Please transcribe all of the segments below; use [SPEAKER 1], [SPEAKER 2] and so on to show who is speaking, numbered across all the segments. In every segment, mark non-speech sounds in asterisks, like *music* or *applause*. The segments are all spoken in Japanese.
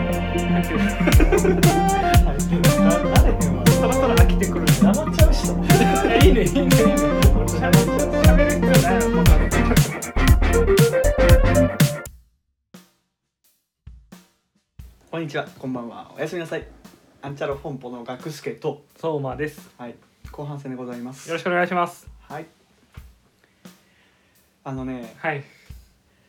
[SPEAKER 1] けど最近慣れへんわそろそろ飽きてくるし
[SPEAKER 2] 黙っちゃう人も
[SPEAKER 1] いやいいねいいねいいね俺喋っちゃう喋る必要ないの他の
[SPEAKER 2] こんにちはこんばんはおやすみなさいアンチャロフォンポの学助と
[SPEAKER 1] 相馬です
[SPEAKER 2] はい後半戦でございます
[SPEAKER 1] よろしくお願いします
[SPEAKER 2] はいあのね
[SPEAKER 1] はい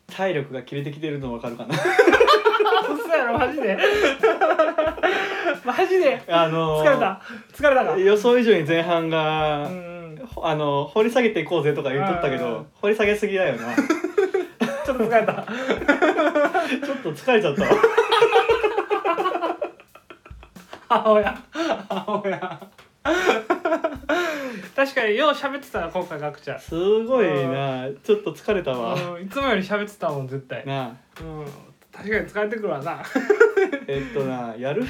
[SPEAKER 2] 体力が切れてきてるのわかるかな
[SPEAKER 1] 嘘や *laughs* ろマジで *laughs* マジで
[SPEAKER 2] *laughs* あのー
[SPEAKER 1] 疲れた疲れたか
[SPEAKER 2] 予想以上に前半が、
[SPEAKER 1] うんうん
[SPEAKER 2] ほあの掘り下げていこうぜとか言っとったけ
[SPEAKER 1] うんうん
[SPEAKER 2] ど掘り下げすぎだよなち
[SPEAKER 1] ちょっと疲れた *laughs*
[SPEAKER 2] ょっと疲れちゃったわ
[SPEAKER 1] 母親母親 *laughs* 確かによう喋ってたな今回ガクちゃん
[SPEAKER 2] すごいなちょっと疲れたわ
[SPEAKER 1] うんいつもより喋ってたもん絶対うん
[SPEAKER 2] なあ
[SPEAKER 1] 確かに疲れてくるわな *laughs*
[SPEAKER 2] えっとなやる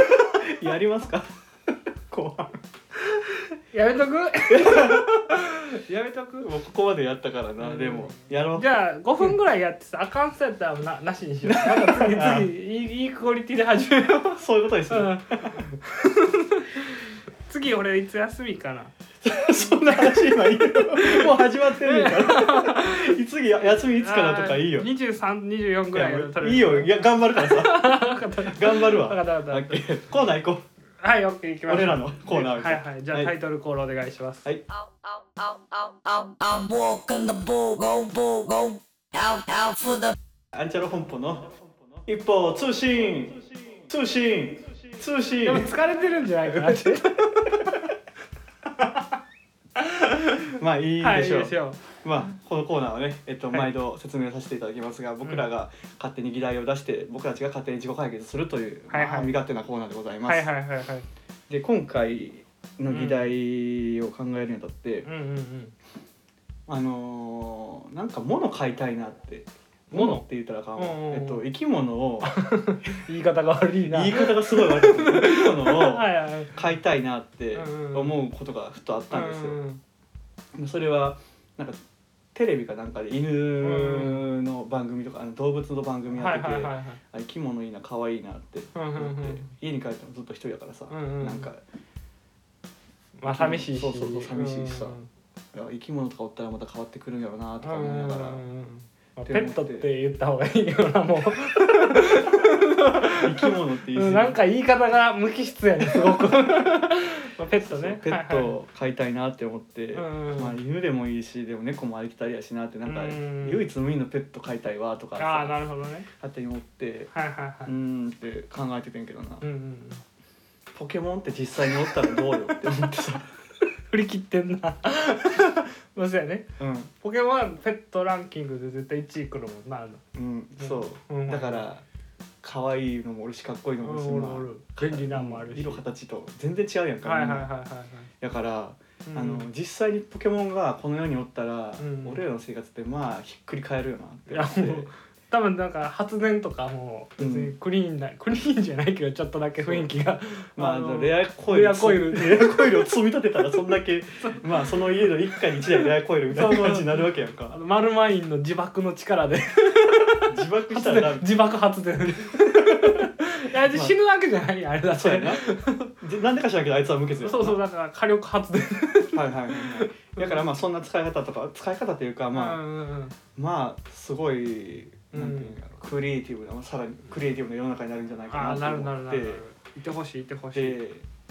[SPEAKER 2] *laughs* やりますか後半
[SPEAKER 1] やめとく *laughs* やめとく
[SPEAKER 2] もうここまでやったからな、
[SPEAKER 1] うん
[SPEAKER 2] でもやろう
[SPEAKER 1] じゃあ5分ぐらいやってさあかんそうやったらななしにしようなんか次
[SPEAKER 2] ああ
[SPEAKER 1] 次いいいいクオリティで始めよう
[SPEAKER 2] そういうことにする、
[SPEAKER 1] うん次俺いつ休みかな
[SPEAKER 2] そんな話今いいよもう始まってんねんからいつぎ休みいつからとかいいよい
[SPEAKER 1] 2324ぐらいやった
[SPEAKER 2] や
[SPEAKER 1] ら
[SPEAKER 2] いいよいや頑張るからさ
[SPEAKER 1] 分かった分
[SPEAKER 2] 頑張る
[SPEAKER 1] か
[SPEAKER 2] わ
[SPEAKER 1] った分か
[SPEAKER 2] オ
[SPEAKER 1] っ
[SPEAKER 2] ッケーコーナー行こ
[SPEAKER 1] た *laughs* はい OK 行き
[SPEAKER 2] う
[SPEAKER 1] ましょう
[SPEAKER 2] 俺らのコーナー
[SPEAKER 1] はいはいじゃあタイトルコールお願いします
[SPEAKER 2] はい
[SPEAKER 3] Ow, ow, ow, ow, ow, I'm walking the bull, go, bull, go. Out, out for the
[SPEAKER 2] アンチャロ本舗の一歩通信通信通信
[SPEAKER 1] でも疲れてるんじゃないかなって
[SPEAKER 2] まあいい
[SPEAKER 1] はい
[SPEAKER 2] で
[SPEAKER 1] い
[SPEAKER 2] しょう、
[SPEAKER 1] いでしょう
[SPEAKER 2] まあこのコーナーはね、えっと、
[SPEAKER 1] はい
[SPEAKER 2] 毎度説明させていただきますが、僕らが勝手に議題を出して僕たちが勝手に自己解決するという、
[SPEAKER 1] はいはい
[SPEAKER 2] まあ身勝手なコーナーでございます。
[SPEAKER 1] はいはいはいはい
[SPEAKER 2] で今回の議題を考えるにあたって、
[SPEAKER 1] うんうんうん
[SPEAKER 2] あのーなんか物買いたいなって。
[SPEAKER 1] 物
[SPEAKER 2] 物って言ったらあかんわ、
[SPEAKER 1] うんうんうん
[SPEAKER 2] えっと、生き物を
[SPEAKER 1] 言い方が悪 *laughs* いな
[SPEAKER 2] 言い方がすごい悪い生き物を
[SPEAKER 1] はいはいはい
[SPEAKER 2] 買いたいなって
[SPEAKER 1] うんうん
[SPEAKER 2] 思うことがふとあったんですよ。
[SPEAKER 1] うん
[SPEAKER 2] それはなんかテレビかなんかで犬の番組とか、あの動物の番
[SPEAKER 1] うん
[SPEAKER 2] 組
[SPEAKER 1] は
[SPEAKER 2] やっ
[SPEAKER 1] い
[SPEAKER 2] てて、
[SPEAKER 1] はいはいはい
[SPEAKER 2] あ生き物いいな可愛いなって思って、
[SPEAKER 1] うんうんうん
[SPEAKER 2] 家に帰ってもずっと一人やからさ、
[SPEAKER 1] うんうん
[SPEAKER 2] なんか
[SPEAKER 1] まあ寂しいし
[SPEAKER 2] そうそうそう寂しいしさ
[SPEAKER 1] うん
[SPEAKER 2] いや生き物とかおったらまた変わってくるんやろうなとか
[SPEAKER 1] うん
[SPEAKER 2] 思いながら、
[SPEAKER 1] まあペットって言った方がいいよなも
[SPEAKER 2] 生き物って言
[SPEAKER 1] う
[SPEAKER 2] い
[SPEAKER 1] うん
[SPEAKER 2] 過
[SPEAKER 1] なん
[SPEAKER 2] ぎ
[SPEAKER 1] か言い方が無機質やねすご
[SPEAKER 2] *laughs*
[SPEAKER 1] くまあペットね
[SPEAKER 2] ペットを飼いたいなって思って、
[SPEAKER 1] うんうん
[SPEAKER 2] まあ、犬でもいいしでも猫もありきたりやしなってなんか、
[SPEAKER 1] うん
[SPEAKER 2] 唯一無二のペット飼いたいわとか
[SPEAKER 1] はいはいああな
[SPEAKER 2] さ
[SPEAKER 1] るほどね
[SPEAKER 2] 勝手に思って
[SPEAKER 1] はいはいは
[SPEAKER 2] う
[SPEAKER 1] い
[SPEAKER 2] んって考えててんけどな、
[SPEAKER 1] うんうんうん
[SPEAKER 2] ポケモンって実際におったらどうよって思ってさ、
[SPEAKER 1] 振り切ってんな *laughs* まあそうやね
[SPEAKER 2] *laughs* うん、
[SPEAKER 1] ポケモンはペットランキングで絶対1位くるもんなあの
[SPEAKER 2] うん、そう、
[SPEAKER 1] うん
[SPEAKER 2] だから可愛いのもおるしかっこいいのもおるし、
[SPEAKER 1] うん
[SPEAKER 2] まあ
[SPEAKER 1] おるおる便利なんもあるし
[SPEAKER 2] 色形と全然違うやんか、
[SPEAKER 1] はいは
[SPEAKER 2] み
[SPEAKER 1] い
[SPEAKER 2] んな
[SPEAKER 1] は
[SPEAKER 2] い
[SPEAKER 1] はいはい
[SPEAKER 2] だから、
[SPEAKER 1] うん
[SPEAKER 2] あの実際にポケモンがこの世におったら、
[SPEAKER 1] うん
[SPEAKER 2] 俺らの生活ってまあひっくり返るよ
[SPEAKER 1] い
[SPEAKER 2] な
[SPEAKER 1] や
[SPEAKER 2] って思
[SPEAKER 1] も
[SPEAKER 2] っ
[SPEAKER 1] う
[SPEAKER 2] て
[SPEAKER 1] 多分なんか発電とかも別にクリーンな、クリーンじゃないけどちょっとだけ雰囲気が
[SPEAKER 2] まああの
[SPEAKER 1] の
[SPEAKER 2] レアコイル
[SPEAKER 1] レアコイル
[SPEAKER 2] レアコイルを積み立てたらそんだけまあその家の一家に一台レアコイルみたいな感じになるわけやん
[SPEAKER 1] あ
[SPEAKER 2] か
[SPEAKER 1] のマルマインの自爆の力で
[SPEAKER 2] 自爆したら
[SPEAKER 1] 発電
[SPEAKER 2] ダメ
[SPEAKER 1] 自爆発電 *laughs* いや
[SPEAKER 2] まあ
[SPEAKER 1] 死ぬわけじゃないあれだって
[SPEAKER 2] そうやな *laughs* でなんでか知らんけどあいつは無欠やんな
[SPEAKER 1] そうそうだから火力発電
[SPEAKER 2] はいはいはいはいだからまあそんな使い方とか使い方というかまあ、
[SPEAKER 1] うんうんうん
[SPEAKER 2] まあすごい
[SPEAKER 1] うん
[SPEAKER 2] なんていうんだろうクリエイティブなさらにクリエイティブな世の中になるんじゃない
[SPEAKER 1] あ
[SPEAKER 2] か
[SPEAKER 1] あ
[SPEAKER 2] な
[SPEAKER 1] な
[SPEAKER 2] と
[SPEAKER 1] るなる
[SPEAKER 2] 思っ
[SPEAKER 1] な
[SPEAKER 2] て
[SPEAKER 1] るなるいてほしいいてほしい
[SPEAKER 2] で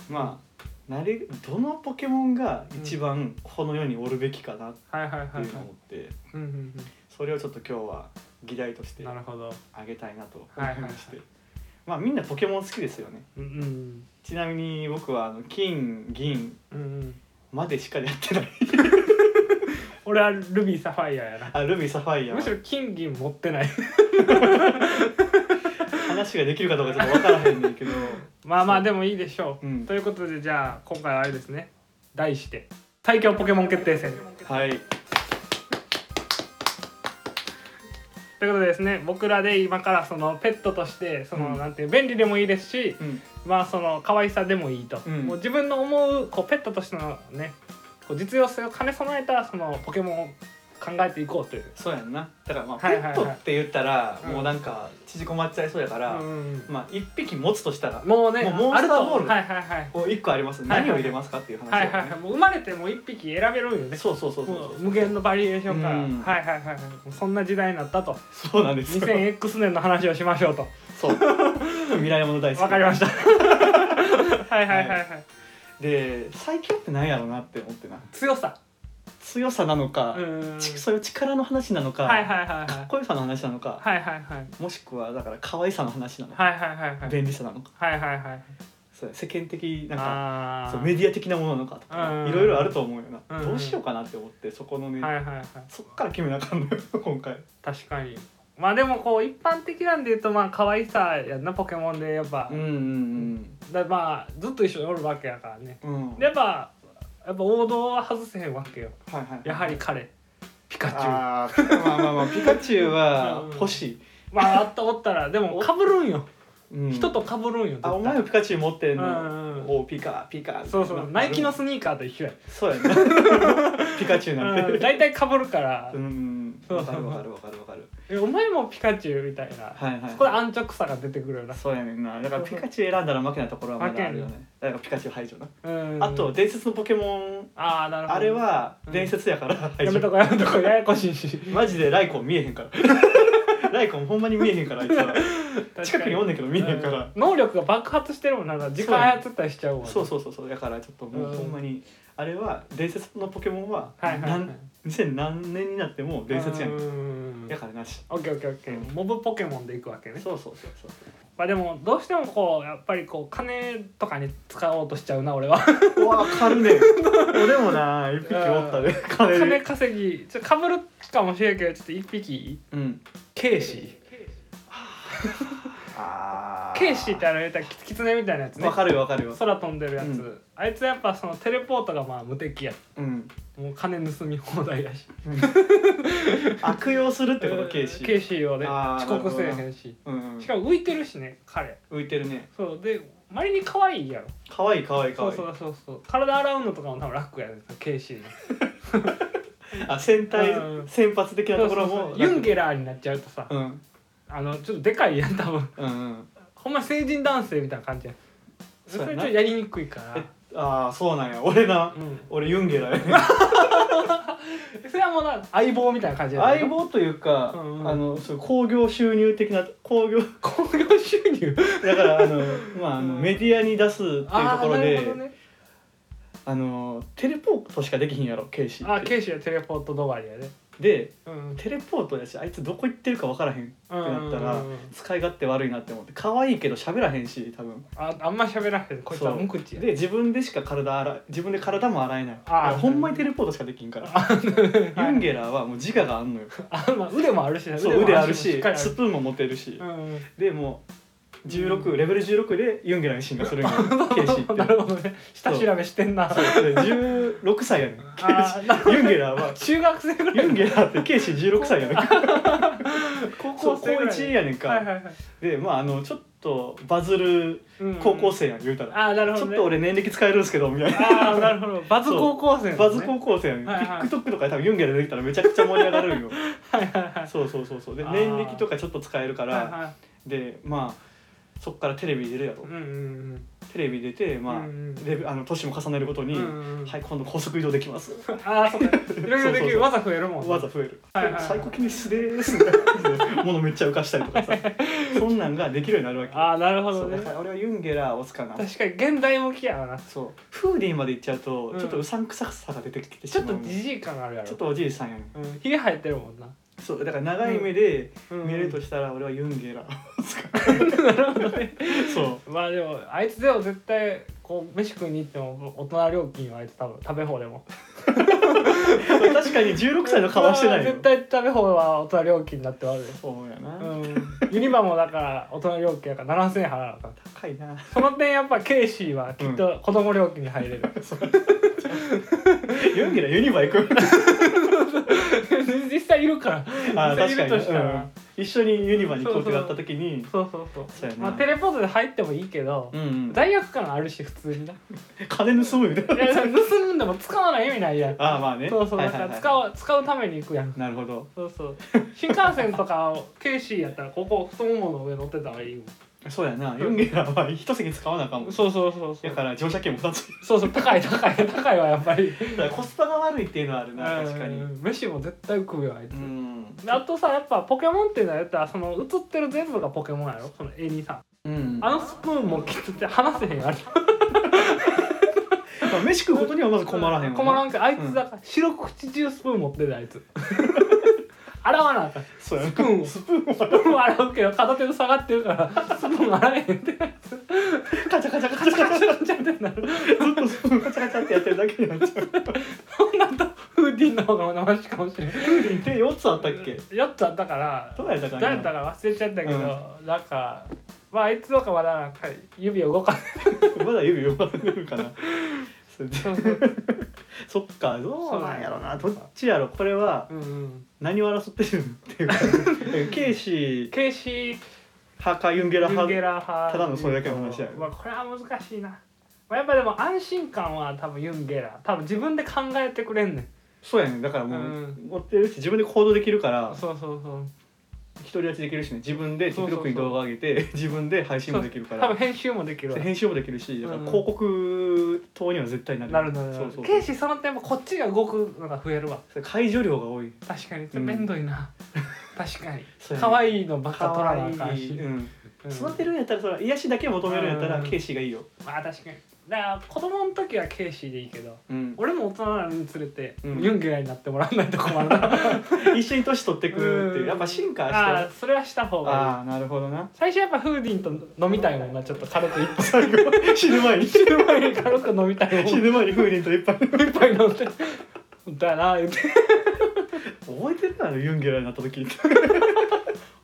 [SPEAKER 2] まあなれどのポケモンが一番この世におるべきかなって
[SPEAKER 1] はいはいはいはい
[SPEAKER 2] いうのを思って
[SPEAKER 1] うんうん
[SPEAKER 2] それをちょっと今日は議題とし
[SPEAKER 1] う
[SPEAKER 2] て
[SPEAKER 1] んなるほど
[SPEAKER 2] あげたいなと思
[SPEAKER 1] はいはい
[SPEAKER 2] い
[SPEAKER 1] はい
[SPEAKER 2] ましてまあみんなポケモン好きですよね
[SPEAKER 1] うんうん
[SPEAKER 2] ちなみに僕はあの金銀
[SPEAKER 1] うんうん
[SPEAKER 2] までしかやってない
[SPEAKER 1] 俺はルビーサファイアやな
[SPEAKER 2] あルビーサファイア
[SPEAKER 1] むしろ金銀持ってない *laughs*
[SPEAKER 2] 話ができるかどうかちょっと分からへんねんけど
[SPEAKER 1] まあまあでもいいでしょう、
[SPEAKER 2] うん
[SPEAKER 1] ということでじゃあ今回はあれですね題して最強ポケモン決定戦
[SPEAKER 2] *laughs* はい
[SPEAKER 1] ということでですね僕らで今からそのペットとしてその、
[SPEAKER 2] うん
[SPEAKER 1] なんていう便利でもいいですし
[SPEAKER 2] うん
[SPEAKER 1] まあその可愛さでもいいと、
[SPEAKER 2] うん
[SPEAKER 1] もう自分の思うこうペットとしてのねこう実用性を兼ね備えたそのポケモンを考えていこうという。
[SPEAKER 2] そうやんなだからまあペ
[SPEAKER 1] はいはいは
[SPEAKER 2] ッ
[SPEAKER 1] い
[SPEAKER 2] トって言ったら
[SPEAKER 1] うん
[SPEAKER 2] もうなんか縮こまっちゃいそうやから、
[SPEAKER 1] うん
[SPEAKER 2] まあ一匹持つとしたら
[SPEAKER 1] もうね、
[SPEAKER 2] もうモン
[SPEAKER 1] あ
[SPEAKER 2] ス
[SPEAKER 1] る
[SPEAKER 2] ター
[SPEAKER 1] と
[SPEAKER 2] ボール
[SPEAKER 1] はいはいはい。
[SPEAKER 2] こう一個あります
[SPEAKER 1] はいはい
[SPEAKER 2] 何を入れますかっていう話だ
[SPEAKER 1] はい
[SPEAKER 2] よね、
[SPEAKER 1] はいはい、もう生まれてもう一匹選べるんよね。
[SPEAKER 2] そうそうそうそう
[SPEAKER 1] もう無限のバリエーションから、
[SPEAKER 2] うん
[SPEAKER 1] はいはいはいはい、そんな時代になったと。
[SPEAKER 2] そうなんですよ
[SPEAKER 1] 2000X 年の話をしましょうと。
[SPEAKER 2] そう未来もの大好き
[SPEAKER 1] わかりました。 *laughs* はいはいはいはい。
[SPEAKER 2] で最強って何やろうなって思ってな
[SPEAKER 1] 強さ。
[SPEAKER 2] 強さなのか、
[SPEAKER 1] うん。
[SPEAKER 2] ちそれ力の話なのか、
[SPEAKER 1] はいはいはいはい。
[SPEAKER 2] かっこよさの話なのか、
[SPEAKER 1] はいはいはい。
[SPEAKER 2] もしくはだから可愛さの話なのか、
[SPEAKER 1] はいはいはいはい。
[SPEAKER 2] 便利さなのか
[SPEAKER 1] はいはいはい。
[SPEAKER 2] そう世間的なんか
[SPEAKER 1] あ
[SPEAKER 2] そうメディア的なものなのかと
[SPEAKER 1] う
[SPEAKER 2] か
[SPEAKER 1] ん
[SPEAKER 2] いろいろあると思うよな、
[SPEAKER 1] うん
[SPEAKER 2] どうしようかなって思ってそこのね、
[SPEAKER 1] はいはいはい。
[SPEAKER 2] そっから決めなあかんのよ *laughs* 今回
[SPEAKER 1] 確かに。まあでもこう一般的なんで言うとまあ可愛さやんなポケモンでやっぱ、
[SPEAKER 2] うんうん
[SPEAKER 1] だまあずっと一緒におるわけやからね。
[SPEAKER 2] うんうん
[SPEAKER 1] でやっぱやっぱ王道は外せへんわけよ。
[SPEAKER 2] はいはい
[SPEAKER 1] やはり彼ピカチュウ。
[SPEAKER 2] あーまあまあまあピカチュウは
[SPEAKER 1] うん
[SPEAKER 2] 欲しい、
[SPEAKER 1] まああったおったらでも被るんよ。
[SPEAKER 2] うん
[SPEAKER 1] 人と被るんよ。絶対
[SPEAKER 2] あお前もピカチュウ持ってん
[SPEAKER 1] うんうん
[SPEAKER 2] のおピカピカ
[SPEAKER 1] そうそうナイキのスニーカーと一緒や。
[SPEAKER 2] そうや
[SPEAKER 1] *laughs*
[SPEAKER 2] なピカチュウなん
[SPEAKER 1] うん
[SPEAKER 2] て
[SPEAKER 1] 大体被るから
[SPEAKER 2] う、ん
[SPEAKER 1] そう
[SPEAKER 2] わかるわかるわかるわかる
[SPEAKER 1] えお前もピカチュウみたいな。
[SPEAKER 2] はいはい
[SPEAKER 1] そこで安直さが出てくるよな。
[SPEAKER 2] そうやねんなだからピカチュウ選んだら負けなところはまだあるよ
[SPEAKER 1] 負
[SPEAKER 2] ねだからピカチュウ排除な
[SPEAKER 1] うん
[SPEAKER 2] あと伝説のポケモン
[SPEAKER 1] ああなるほど
[SPEAKER 2] あれは
[SPEAKER 1] うん
[SPEAKER 2] 伝説やから排
[SPEAKER 1] やめと
[SPEAKER 2] 除
[SPEAKER 1] こやめとこややこしいし
[SPEAKER 2] マジでライコン見えへんから *laughs* ライコンほんまに見えへん
[SPEAKER 1] *laughs*
[SPEAKER 2] からあいつは近くにおんねんけど見えへんから
[SPEAKER 1] うん能力が爆発してるもんなんか時間操ったりしちゃうもん
[SPEAKER 2] そうそ
[SPEAKER 1] そ
[SPEAKER 2] うそうそうだからちょっとも
[SPEAKER 1] う
[SPEAKER 2] うんほんまにあれは伝説のポケモンは
[SPEAKER 1] はいはいはい
[SPEAKER 2] 何2000何年になっても伝説やねん
[SPEAKER 1] ん
[SPEAKER 2] だからなし
[SPEAKER 1] オッケーオッケーオッケーモブポケモンでいくわけね
[SPEAKER 2] そうそうそうそう
[SPEAKER 1] まあでもどうしてもこうやっぱりこう金とかに使おうとしちゃうな俺は
[SPEAKER 2] *laughs* うわか
[SPEAKER 1] *laughs*
[SPEAKER 2] るね俺もな一匹おったね金
[SPEAKER 1] 金
[SPEAKER 2] で
[SPEAKER 1] 稼ぎちょっとかぶるかもしれんけどちょっと一匹
[SPEAKER 2] うん
[SPEAKER 1] ケイシ
[SPEAKER 2] あ
[SPEAKER 1] ーケイシーってあの言うたらキツキツネみたいなやつね
[SPEAKER 2] わかるよわかるよ
[SPEAKER 1] 空飛んでるやつ、
[SPEAKER 2] うん
[SPEAKER 1] あいつやっぱそのテレポートがまあ無敵や
[SPEAKER 2] うん
[SPEAKER 1] もう金盗み放題やし *laughs*
[SPEAKER 2] 悪用するってことケイシー
[SPEAKER 1] をね
[SPEAKER 2] あー
[SPEAKER 1] 遅刻せえへんし
[SPEAKER 2] うんうん
[SPEAKER 1] しかも浮いてるしね彼
[SPEAKER 2] 浮いてるね
[SPEAKER 1] そうでまりに可愛いやろ
[SPEAKER 2] かわいいかわいいか
[SPEAKER 1] そ
[SPEAKER 2] わ
[SPEAKER 1] う
[SPEAKER 2] いい
[SPEAKER 1] そうそうそう体洗うのとかも多分楽やねケイシーの
[SPEAKER 2] あ戦隊
[SPEAKER 1] うん
[SPEAKER 2] 先発的なところ
[SPEAKER 1] そうそう
[SPEAKER 2] も
[SPEAKER 1] そうユンゲラーになっちゃうとさ
[SPEAKER 2] うん
[SPEAKER 1] あのちょっとでかいやん多分
[SPEAKER 2] うんうん
[SPEAKER 1] ほんま成人男性みたいな感じやんそ
[SPEAKER 2] そう
[SPEAKER 1] れ
[SPEAKER 2] や
[SPEAKER 1] ち
[SPEAKER 2] な
[SPEAKER 1] ょっとやりにくいから
[SPEAKER 2] えああそうなんや俺な
[SPEAKER 1] うん
[SPEAKER 2] 俺ユンゲラや
[SPEAKER 1] *laughs*
[SPEAKER 2] ね
[SPEAKER 1] それはもうな相棒みたいな感じやね
[SPEAKER 2] 相棒というか、
[SPEAKER 1] うんうん
[SPEAKER 2] あのそう興行収入的な興行
[SPEAKER 1] 興行収入
[SPEAKER 2] だから
[SPEAKER 1] *laughs*
[SPEAKER 2] あのまああの、
[SPEAKER 1] うん
[SPEAKER 2] メディアに出すっていうと
[SPEAKER 1] あ
[SPEAKER 2] ころ
[SPEAKER 1] ーな
[SPEAKER 2] で
[SPEAKER 1] るほどね
[SPEAKER 2] あのテレポートしかできひんやろケイシー
[SPEAKER 1] あ
[SPEAKER 2] って
[SPEAKER 1] ケイシーはテレポート止まりやね
[SPEAKER 2] で
[SPEAKER 1] うん
[SPEAKER 2] テレポートやしあいつどこ行ってるか分からへんってなったら、
[SPEAKER 1] うんうんうん
[SPEAKER 2] 使い勝手悪いなって思って可愛いけど喋らへんし多分
[SPEAKER 1] ああんま喋らへんこいつは無口や
[SPEAKER 2] で自分でしか体洗い自分で体も洗えない
[SPEAKER 1] あー
[SPEAKER 2] ほんまにテレポートしかできん
[SPEAKER 1] *laughs*
[SPEAKER 2] からユンゲラーはもう自我があんのよ
[SPEAKER 1] あまあ腕もあるしな
[SPEAKER 2] そう腕
[SPEAKER 1] も
[SPEAKER 2] ある
[SPEAKER 1] 足も
[SPEAKER 2] し
[SPEAKER 1] っかりある
[SPEAKER 2] スプーンも持てるし、
[SPEAKER 1] うん
[SPEAKER 2] でもう16、
[SPEAKER 1] うん
[SPEAKER 2] レベル16でユンゲラーに進化するんやケイシーっ
[SPEAKER 1] うん、*laughs* な
[SPEAKER 2] て
[SPEAKER 1] るほどね下調べしてんな
[SPEAKER 2] そうで16歳やねん
[SPEAKER 1] あーなるほど
[SPEAKER 2] ユンゲラーは
[SPEAKER 1] 中学生ぐらい
[SPEAKER 2] ユンゲラーってケイシー16歳やねんそう
[SPEAKER 1] 高校
[SPEAKER 2] *laughs* 高
[SPEAKER 1] 生ぐらい
[SPEAKER 2] 1やねんか、
[SPEAKER 1] はいはいはい
[SPEAKER 2] でまああのちょっとバズる
[SPEAKER 1] うん
[SPEAKER 2] 高校生やん言うたら、
[SPEAKER 1] あーなるほ
[SPEAKER 2] ちょ
[SPEAKER 1] ど、
[SPEAKER 2] っ
[SPEAKER 1] ね、
[SPEAKER 2] と俺年歴使えるんすけどみたいな
[SPEAKER 1] ああなるほどバズ高校生、ね、
[SPEAKER 2] バズ高校生やねん、
[SPEAKER 1] はいはい
[SPEAKER 2] TikTok とかで多分ユンゲラーできたらめちゃくちゃ盛り上がるんよ
[SPEAKER 1] *laughs* はいはいはい
[SPEAKER 2] そうそうそうそうで
[SPEAKER 1] あー
[SPEAKER 2] 年歴とかちょっと使えるから、
[SPEAKER 1] はいは
[SPEAKER 2] でまあそっからテレビ出るやろ
[SPEAKER 1] いうんうん
[SPEAKER 2] テレビ出てまあ、
[SPEAKER 1] うんうん
[SPEAKER 2] レベあの年も重ねるごと
[SPEAKER 1] うんう
[SPEAKER 2] に、
[SPEAKER 1] んうん
[SPEAKER 2] はい、今度高速移動できます。
[SPEAKER 1] ああそうかいろい
[SPEAKER 2] そうそう
[SPEAKER 1] ろでき
[SPEAKER 2] そう
[SPEAKER 1] る技増えるもん
[SPEAKER 2] 技増える。
[SPEAKER 1] はいはいはい
[SPEAKER 2] 最高金質です。みたいな物めっちゃ浮かしたりとか
[SPEAKER 1] *laughs*
[SPEAKER 2] さ、そんなんができるようになるわ
[SPEAKER 1] ああなるほ
[SPEAKER 2] け。そ
[SPEAKER 1] ど
[SPEAKER 2] う
[SPEAKER 1] ね
[SPEAKER 2] だから俺はユンゲラーを押すかな。
[SPEAKER 1] 確かに現代向きやわな
[SPEAKER 2] そう。フーディーまで行っちゃうと
[SPEAKER 1] う、ん
[SPEAKER 2] ちょっとうさんくささが出てきてし
[SPEAKER 1] ちょっ
[SPEAKER 2] まう
[SPEAKER 1] と
[SPEAKER 2] の。
[SPEAKER 1] じじい感があるやろ
[SPEAKER 2] ちょっとおじいさんやねん。
[SPEAKER 1] うん、ひげ生えてるもんな、
[SPEAKER 2] そう、だから長い目で
[SPEAKER 1] うん、
[SPEAKER 2] 見れるとしたら、俺はユンゲラーを押すか
[SPEAKER 1] なるほどね
[SPEAKER 2] な。 *laughs* そう。
[SPEAKER 1] まあでもあいつでも絶対こう飯食いに行っても大人料金はあいつ多分食べ放でも
[SPEAKER 2] 確かに16歳の顔はして
[SPEAKER 1] *laughs*
[SPEAKER 2] ないよ。
[SPEAKER 1] 絶対食べ放は大人料金になってはあるよ
[SPEAKER 2] そうやな。
[SPEAKER 1] うん、ユニバもだから大人料金やから7000円払わなあかん
[SPEAKER 2] 高いな。
[SPEAKER 1] その点やっぱケイシーはきっと子供料金に入れる、 *laughs*
[SPEAKER 2] ユ *laughs* ンゲラーユニバ行く。
[SPEAKER 1] 実際いるから
[SPEAKER 2] あー
[SPEAKER 1] 実際いるとした
[SPEAKER 2] 確かに
[SPEAKER 1] ら、
[SPEAKER 2] うん一緒にユニバに来なくなった時に
[SPEAKER 1] そうそうそう
[SPEAKER 2] そうやな
[SPEAKER 1] まあテレポートで入ってもいいけど、
[SPEAKER 2] うんうん
[SPEAKER 1] 罪悪感あるし普通にない
[SPEAKER 2] 金盗むみたいな
[SPEAKER 1] や盗んでも使わない意味ないやん
[SPEAKER 2] ああまあね
[SPEAKER 1] そうそう
[SPEAKER 2] はい
[SPEAKER 1] だ
[SPEAKER 2] はいは
[SPEAKER 1] から
[SPEAKER 2] い
[SPEAKER 1] 使う使うために行くやん
[SPEAKER 2] なるほど
[SPEAKER 1] そうそう新幹線とかをケーシーやったらここ太ももの上乗ってた方がいいも
[SPEAKER 2] そうやな4軒は一席使わなあかんもん
[SPEAKER 1] んそうそうそうそ
[SPEAKER 2] だ
[SPEAKER 1] う
[SPEAKER 2] から乗車券も2つ
[SPEAKER 1] そうそう高い高い高いはやっぱり
[SPEAKER 2] だからコスパが悪いっていうのはあるな確か
[SPEAKER 1] う
[SPEAKER 2] に
[SPEAKER 1] ん飯も絶対食うよあいつ、
[SPEAKER 2] うん
[SPEAKER 1] であとさやっぱポケモンっていうのはやったらその映ってる全部がポケモンやろその絵にさ
[SPEAKER 2] うん
[SPEAKER 1] あのスプーンもきつって離せへんやろ
[SPEAKER 2] まあ飯食うことにはまず困らへんわな
[SPEAKER 1] 困らんけどあいつだから白口中スプーン持ってるあいつ洗わなあかん
[SPEAKER 2] そうや
[SPEAKER 1] スプーンを
[SPEAKER 2] スプーンを
[SPEAKER 1] スプーン洗うけど片手で下がってるからスプーン洗えへんって
[SPEAKER 2] カチャカチャカ
[SPEAKER 1] カ
[SPEAKER 2] チ
[SPEAKER 1] チ
[SPEAKER 2] ャ
[SPEAKER 1] ャ
[SPEAKER 2] カ
[SPEAKER 1] カ
[SPEAKER 2] チ
[SPEAKER 1] チ
[SPEAKER 2] ャ
[SPEAKER 1] ャカチャってなる
[SPEAKER 2] ずっとスプーンカチャカチャってやってるだけになっちゃう
[SPEAKER 1] そんなんとフーディンの方がましかもしれない
[SPEAKER 2] 手4つあったっけ
[SPEAKER 1] 4つあったから
[SPEAKER 2] どうやったかな
[SPEAKER 1] どうやったか忘れちゃったけど、なんかまああいつとかまだなんか指動かない
[SPEAKER 2] まだ指弱めるかなそれで
[SPEAKER 1] そうそう
[SPEAKER 2] そっかどうなんやろなどっちやろこれは
[SPEAKER 1] うんうん
[SPEAKER 2] 何を争ってるっていうかケイシー
[SPEAKER 1] ケイシー・
[SPEAKER 2] 派かユンゲ
[SPEAKER 1] ユ
[SPEAKER 2] ラ
[SPEAKER 1] ン
[SPEAKER 2] 派
[SPEAKER 1] ゲラ派
[SPEAKER 2] ただのそれだけの話や
[SPEAKER 1] まあこれは難しいな、まあ、やっぱでも安心感は多分ユンゲラ多分自分で考えてくれんねん
[SPEAKER 2] そうやねだからもう、
[SPEAKER 1] うん
[SPEAKER 2] 持ってるし自分で行動できるから
[SPEAKER 1] そうそうそう
[SPEAKER 2] 独り立ちできるしね自分で
[SPEAKER 1] そうそうそう
[SPEAKER 2] TikTok に動画上げて自分で配信もできるか
[SPEAKER 1] 多分
[SPEAKER 2] ら
[SPEAKER 1] 編集もできるわ
[SPEAKER 2] 編集もできるしだから
[SPEAKER 1] うん
[SPEAKER 2] 広告等には絶対なる
[SPEAKER 1] なるなるな
[SPEAKER 2] そう
[SPEAKER 1] る
[SPEAKER 2] そう
[SPEAKER 1] ケイシーその点もこっちが動くのが増えるわ
[SPEAKER 2] それ解除量が多い
[SPEAKER 1] 確かに
[SPEAKER 2] うん
[SPEAKER 1] めんどいな、確かに
[SPEAKER 2] *laughs* そうやね
[SPEAKER 1] 可愛いのばっか取らなあ
[SPEAKER 2] 可
[SPEAKER 1] かん
[SPEAKER 2] 愛
[SPEAKER 1] し
[SPEAKER 2] いうん
[SPEAKER 1] うん
[SPEAKER 2] 育てるんやったらそれ癒しだけ求めるんやったら
[SPEAKER 1] うん
[SPEAKER 2] ケイシーがいいよ
[SPEAKER 1] まあ確かにだから子供の時はケイシーでいいけど
[SPEAKER 2] うん
[SPEAKER 1] 俺も大人になるにつれて、
[SPEAKER 2] うん
[SPEAKER 1] ユンゲラになってもらわないと困るな
[SPEAKER 2] 一緒に年取ってくるっていううん *laughs* やっぱ進化
[SPEAKER 1] あ
[SPEAKER 2] し
[SPEAKER 1] あ
[SPEAKER 2] て
[SPEAKER 1] それはした方がいい
[SPEAKER 2] ああなるほどな
[SPEAKER 1] 最初やっぱフーディンと飲みたいもんなちょっと軽く一杯
[SPEAKER 2] 最後死ぬ *laughs* 前に
[SPEAKER 1] *laughs* 死ぬ前に軽く飲みたいも
[SPEAKER 2] 死
[SPEAKER 1] ん
[SPEAKER 2] ぬ前に風鈴といっぱい
[SPEAKER 1] 一杯飲んでだな言って
[SPEAKER 2] 覚えてるあのユンゲラになった時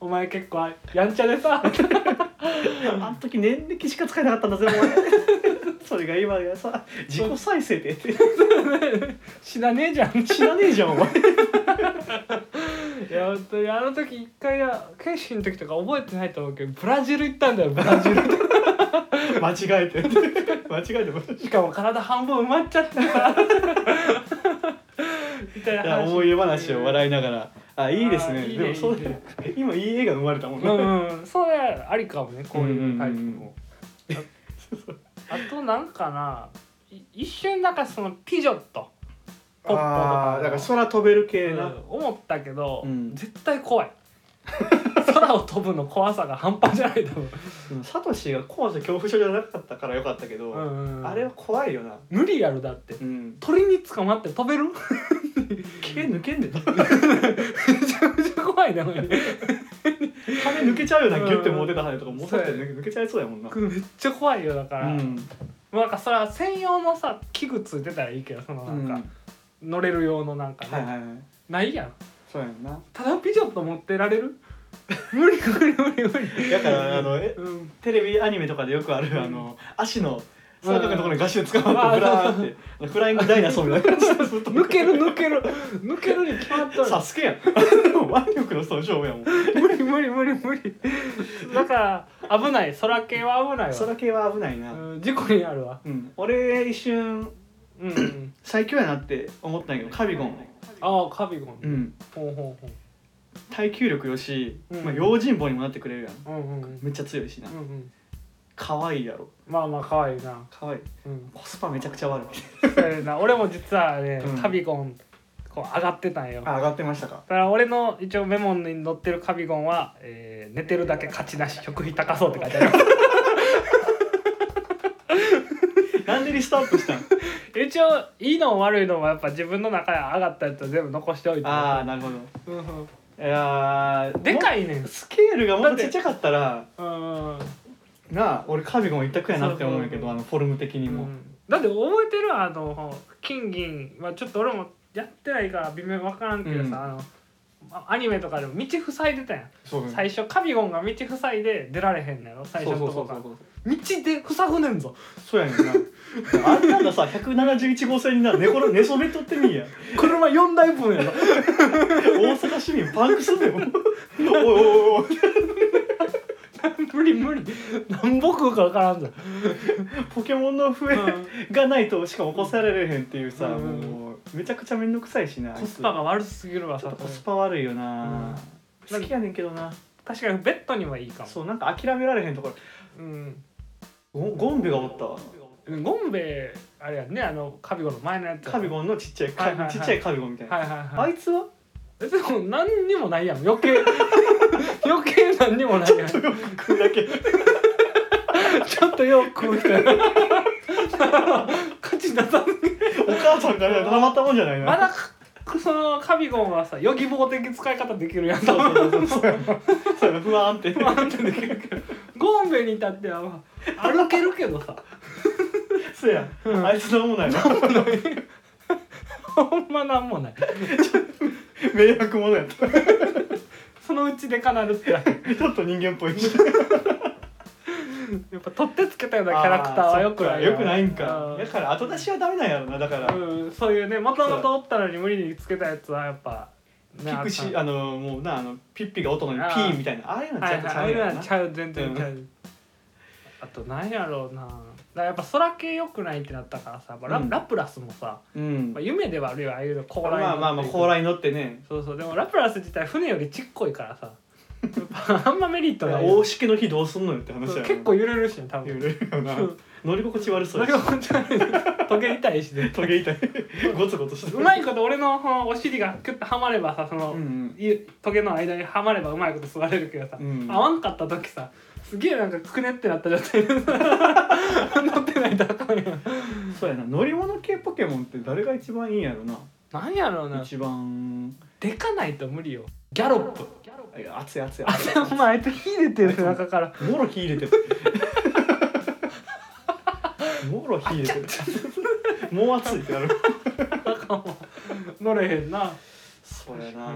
[SPEAKER 1] お前結構やんちゃで
[SPEAKER 2] *laughs*
[SPEAKER 1] さ
[SPEAKER 2] あの時年歴しか使えなかったんだぜ俺 *laughs* それが今やさ自己再生って言っ
[SPEAKER 1] 死なねえじゃん
[SPEAKER 2] て死なねえじゃんお前
[SPEAKER 1] いや本当にあの時一回はケイシーの時とか覚えてないと思うけどブラジル行ったんだよブラジル
[SPEAKER 2] 間違えて間違えてま
[SPEAKER 1] しかも体半分埋まっちゃってさみたいな話
[SPEAKER 2] 思い出話を笑いながらあいいです
[SPEAKER 1] あ
[SPEAKER 2] ね
[SPEAKER 1] ーいい
[SPEAKER 2] で
[SPEAKER 1] ね
[SPEAKER 2] もそうだよ今いい映画生まれたもん
[SPEAKER 1] う
[SPEAKER 2] な、
[SPEAKER 1] んうんそれありかもねこういうタイプ
[SPEAKER 2] うんうんうん
[SPEAKER 1] もああとなんかない一瞬なんかそのピジョットポッポと
[SPEAKER 2] あ
[SPEAKER 1] か
[SPEAKER 2] ー
[SPEAKER 1] も
[SPEAKER 2] だから空飛べる系
[SPEAKER 1] う
[SPEAKER 2] な、
[SPEAKER 1] ん思ったけど、
[SPEAKER 2] うん
[SPEAKER 1] 絶対怖い空を飛ぶの怖さが半端じゃないと思う
[SPEAKER 2] サトシが高所恐怖症じゃなかったからよかったけど、
[SPEAKER 1] うんうん
[SPEAKER 2] あれは怖いよな、
[SPEAKER 1] 無理やろだって
[SPEAKER 2] うん、
[SPEAKER 1] 鳥に捕まって飛べる *laughs* め
[SPEAKER 2] 毛抜けんでた
[SPEAKER 1] ちゃくちゃ怖いねほんまに
[SPEAKER 2] 羽抜けちゃうよな
[SPEAKER 1] うん
[SPEAKER 2] ギュッて持ってた羽とか持って
[SPEAKER 1] そうや
[SPEAKER 2] 抜け抜けちゃいそうやもんな、
[SPEAKER 1] めっちゃ怖いよだから、
[SPEAKER 2] うん
[SPEAKER 1] もうなんかそれは専用のさ器具ついてたらいいけどそのなんか、乗れる用のなんかね、
[SPEAKER 2] はいはいはい
[SPEAKER 1] ないやん
[SPEAKER 2] そうやんな
[SPEAKER 1] ただピジョット持ってられる無理無理無理無理
[SPEAKER 2] だからあのえ
[SPEAKER 1] うん
[SPEAKER 2] テレビアニメとかでよくあるあの足の三角のところにガシで捕まって
[SPEAKER 1] うん
[SPEAKER 2] ブラーってあのフライングダイナソーみたいな *laughs* 感じで
[SPEAKER 1] 抜ける抜ける抜けるに決まっとる
[SPEAKER 2] サスケやん *laughs* 腕力の損傷やもん
[SPEAKER 1] 無理無理無理無理だから危ない空系は危ないわ
[SPEAKER 2] 空系は危ないな、
[SPEAKER 1] うん事故になるわ
[SPEAKER 2] うん、俺一瞬
[SPEAKER 1] うんうん
[SPEAKER 2] 最強やなって思ったんやけどカビゴン、
[SPEAKER 1] ああカビゴン、
[SPEAKER 2] うん、
[SPEAKER 1] ほうほうほ
[SPEAKER 2] 耐久力よし、
[SPEAKER 1] うん
[SPEAKER 2] まあ、用心棒にもなってくれるやん
[SPEAKER 1] ううんうんうん
[SPEAKER 2] めっちゃ強いしな
[SPEAKER 1] うんうん
[SPEAKER 2] 可愛いやろ
[SPEAKER 1] まあまあ可愛いな
[SPEAKER 2] 可愛い
[SPEAKER 1] うん
[SPEAKER 2] コスパめちゃくちゃ悪い
[SPEAKER 1] *laughs* そうやな俺も実はね、
[SPEAKER 2] うん
[SPEAKER 1] カビゴンこう上がってたんよ
[SPEAKER 2] あ上がってましたか
[SPEAKER 1] だから俺の一応メモに載ってるカビゴンは、えー寝てるだけ勝ちなし食費高そうって書いてあります
[SPEAKER 2] なんでリストアップしたん
[SPEAKER 1] *laughs* 一応いいのも悪いのもやっぱ自分の中で上がったやつは全部残しておい
[SPEAKER 2] *laughs*
[SPEAKER 1] て
[SPEAKER 2] ああなるほど
[SPEAKER 1] うんうん
[SPEAKER 2] いやー
[SPEAKER 1] でか
[SPEAKER 2] い
[SPEAKER 1] いねん
[SPEAKER 2] スケールがもっとちっちゃかったら
[SPEAKER 1] うん
[SPEAKER 2] なあ俺カビゴン一択やなって思うんやけ
[SPEAKER 1] そうそうそう
[SPEAKER 2] どあのフォルム的にも、
[SPEAKER 1] だって覚えてるあの金銀はちょっと俺もやってないから微妙に分からんけ
[SPEAKER 2] う
[SPEAKER 1] どさ、
[SPEAKER 2] ん
[SPEAKER 1] あのあアニメとかでも道塞いでたやん、
[SPEAKER 2] そうね
[SPEAKER 1] 最初カビゴンが道塞いで出られへんのやろ最初のとこから
[SPEAKER 2] そうそうそう
[SPEAKER 1] 道で塞ぐねんぞ
[SPEAKER 2] そうそうやねんなあんなのさ171号線にな寝転寝そべっとってみんや
[SPEAKER 1] 車4台
[SPEAKER 2] *laughs*
[SPEAKER 1] 分やろ
[SPEAKER 2] 大阪市民パンクすんだよおいおいおい
[SPEAKER 1] 無理無理何ぼ食うか分からんぞ、
[SPEAKER 2] ポケモンの笛がないとしか起こされへんっていうさ、
[SPEAKER 1] うん
[SPEAKER 2] もうめちゃくちゃ面倒くさいしなあいつ
[SPEAKER 1] コスパが悪すぎるわ
[SPEAKER 2] ちょっ
[SPEAKER 1] さ
[SPEAKER 2] とコスパ悪いよな、
[SPEAKER 1] うん
[SPEAKER 2] 好きやねんけどな
[SPEAKER 1] 確かにベッドにはいいかも
[SPEAKER 2] そうなんか諦められへんところ
[SPEAKER 1] うん
[SPEAKER 2] ゴンゴンベがおったわ
[SPEAKER 1] ゴンベイあれやんねあのカビゴンの前のやつ
[SPEAKER 2] カビゴンのちっちゃいカ
[SPEAKER 1] はいはいはい
[SPEAKER 2] ちっちゃいカビゴンみたいな、
[SPEAKER 1] はいはい
[SPEAKER 2] あ
[SPEAKER 1] はい
[SPEAKER 2] いつは
[SPEAKER 1] でも何にもないやん余計 *laughs* 余計何にもないやんちょ
[SPEAKER 2] 食うだけ
[SPEAKER 1] っとよく食う人 *laughs* やな価値出さん
[SPEAKER 2] お母さんからたまったもんじゃないな
[SPEAKER 1] まだかそのカビゴンはさヨギボー的使い方できるや *laughs* ん
[SPEAKER 2] そうそうそうそうそうやなそうやな不安って
[SPEAKER 1] まああんたできるけどゴンベイに至ってはまあ歩けるけどさ
[SPEAKER 2] そうやあいつなんもないな
[SPEAKER 1] ほんまなんもない
[SPEAKER 2] 迷惑者やった
[SPEAKER 1] そのうちでかなるってや
[SPEAKER 2] ちょっと人間っぽいし
[SPEAKER 1] っぱ取ってつけたようなキャラクターはよくない
[SPEAKER 2] よくないんか
[SPEAKER 1] うん
[SPEAKER 2] だから後出しはダメなんやろなだから、
[SPEAKER 1] うん、そういうねもともとおったのに無理につけたやつはやっぱ、ね、
[SPEAKER 2] 聞くしあのもうなあのピッピが音のに
[SPEAKER 1] あ
[SPEAKER 2] ピ
[SPEAKER 1] ー
[SPEAKER 2] ーみたいなああ *laughs* いうのち
[SPEAKER 1] は
[SPEAKER 2] ゃ
[SPEAKER 1] い
[SPEAKER 2] んとち
[SPEAKER 1] は
[SPEAKER 2] ゃう
[SPEAKER 1] い
[SPEAKER 2] や
[SPEAKER 1] は
[SPEAKER 2] ろ
[SPEAKER 1] い
[SPEAKER 2] な
[SPEAKER 1] ちゃう全然ちゃう、あとなんやろうなだからやっぱ空系良くないってなったからさ、まあラ
[SPEAKER 2] うん
[SPEAKER 1] ラプラスもさ、
[SPEAKER 2] うん
[SPEAKER 1] まあ、夢ではあるよああいうの高
[SPEAKER 2] まあ
[SPEAKER 1] 麗
[SPEAKER 2] まあまあまあ高麗乗ってね
[SPEAKER 1] そうそうでもラプラス自体船よりちっこいか
[SPEAKER 2] *laughs*
[SPEAKER 1] らさやっぱあんまメリットない
[SPEAKER 2] 大しけの日どうすんのよって話
[SPEAKER 1] そう
[SPEAKER 2] やろ
[SPEAKER 1] 結構揺れるしね多
[SPEAKER 2] 揺れ
[SPEAKER 1] 分
[SPEAKER 2] るよな
[SPEAKER 1] そう
[SPEAKER 2] 乗り心地悪
[SPEAKER 1] そ
[SPEAKER 2] そう
[SPEAKER 1] れ
[SPEAKER 2] やし
[SPEAKER 1] が本当に溶け痛い
[SPEAKER 2] *laughs*
[SPEAKER 1] しね
[SPEAKER 2] トゲ痛いゴツゴツして
[SPEAKER 1] うまいこと俺のこのお尻がキュッとはまればさその、
[SPEAKER 2] うん
[SPEAKER 1] いトゲの間にはまればうまいこと座れるけどさ、
[SPEAKER 2] うん
[SPEAKER 1] 合わんかった時さすげえなんかくねってなった
[SPEAKER 2] *laughs*
[SPEAKER 1] 状態でさ乗ってないとあかんやん
[SPEAKER 2] そうやな乗り物系ポケモンって誰が一番いいんやろな
[SPEAKER 1] なんやろうな
[SPEAKER 2] 一番
[SPEAKER 1] でかないと無理よギャロップ
[SPEAKER 2] いや熱い熱い
[SPEAKER 1] あ
[SPEAKER 2] 熱い
[SPEAKER 1] でもまああいつ火出てる背中から
[SPEAKER 2] もろ火入れ
[SPEAKER 1] *laughs*
[SPEAKER 2] てるもろ火入れてるもう熱いってなる
[SPEAKER 1] 乗れへんな
[SPEAKER 2] そうや
[SPEAKER 1] 確か
[SPEAKER 2] な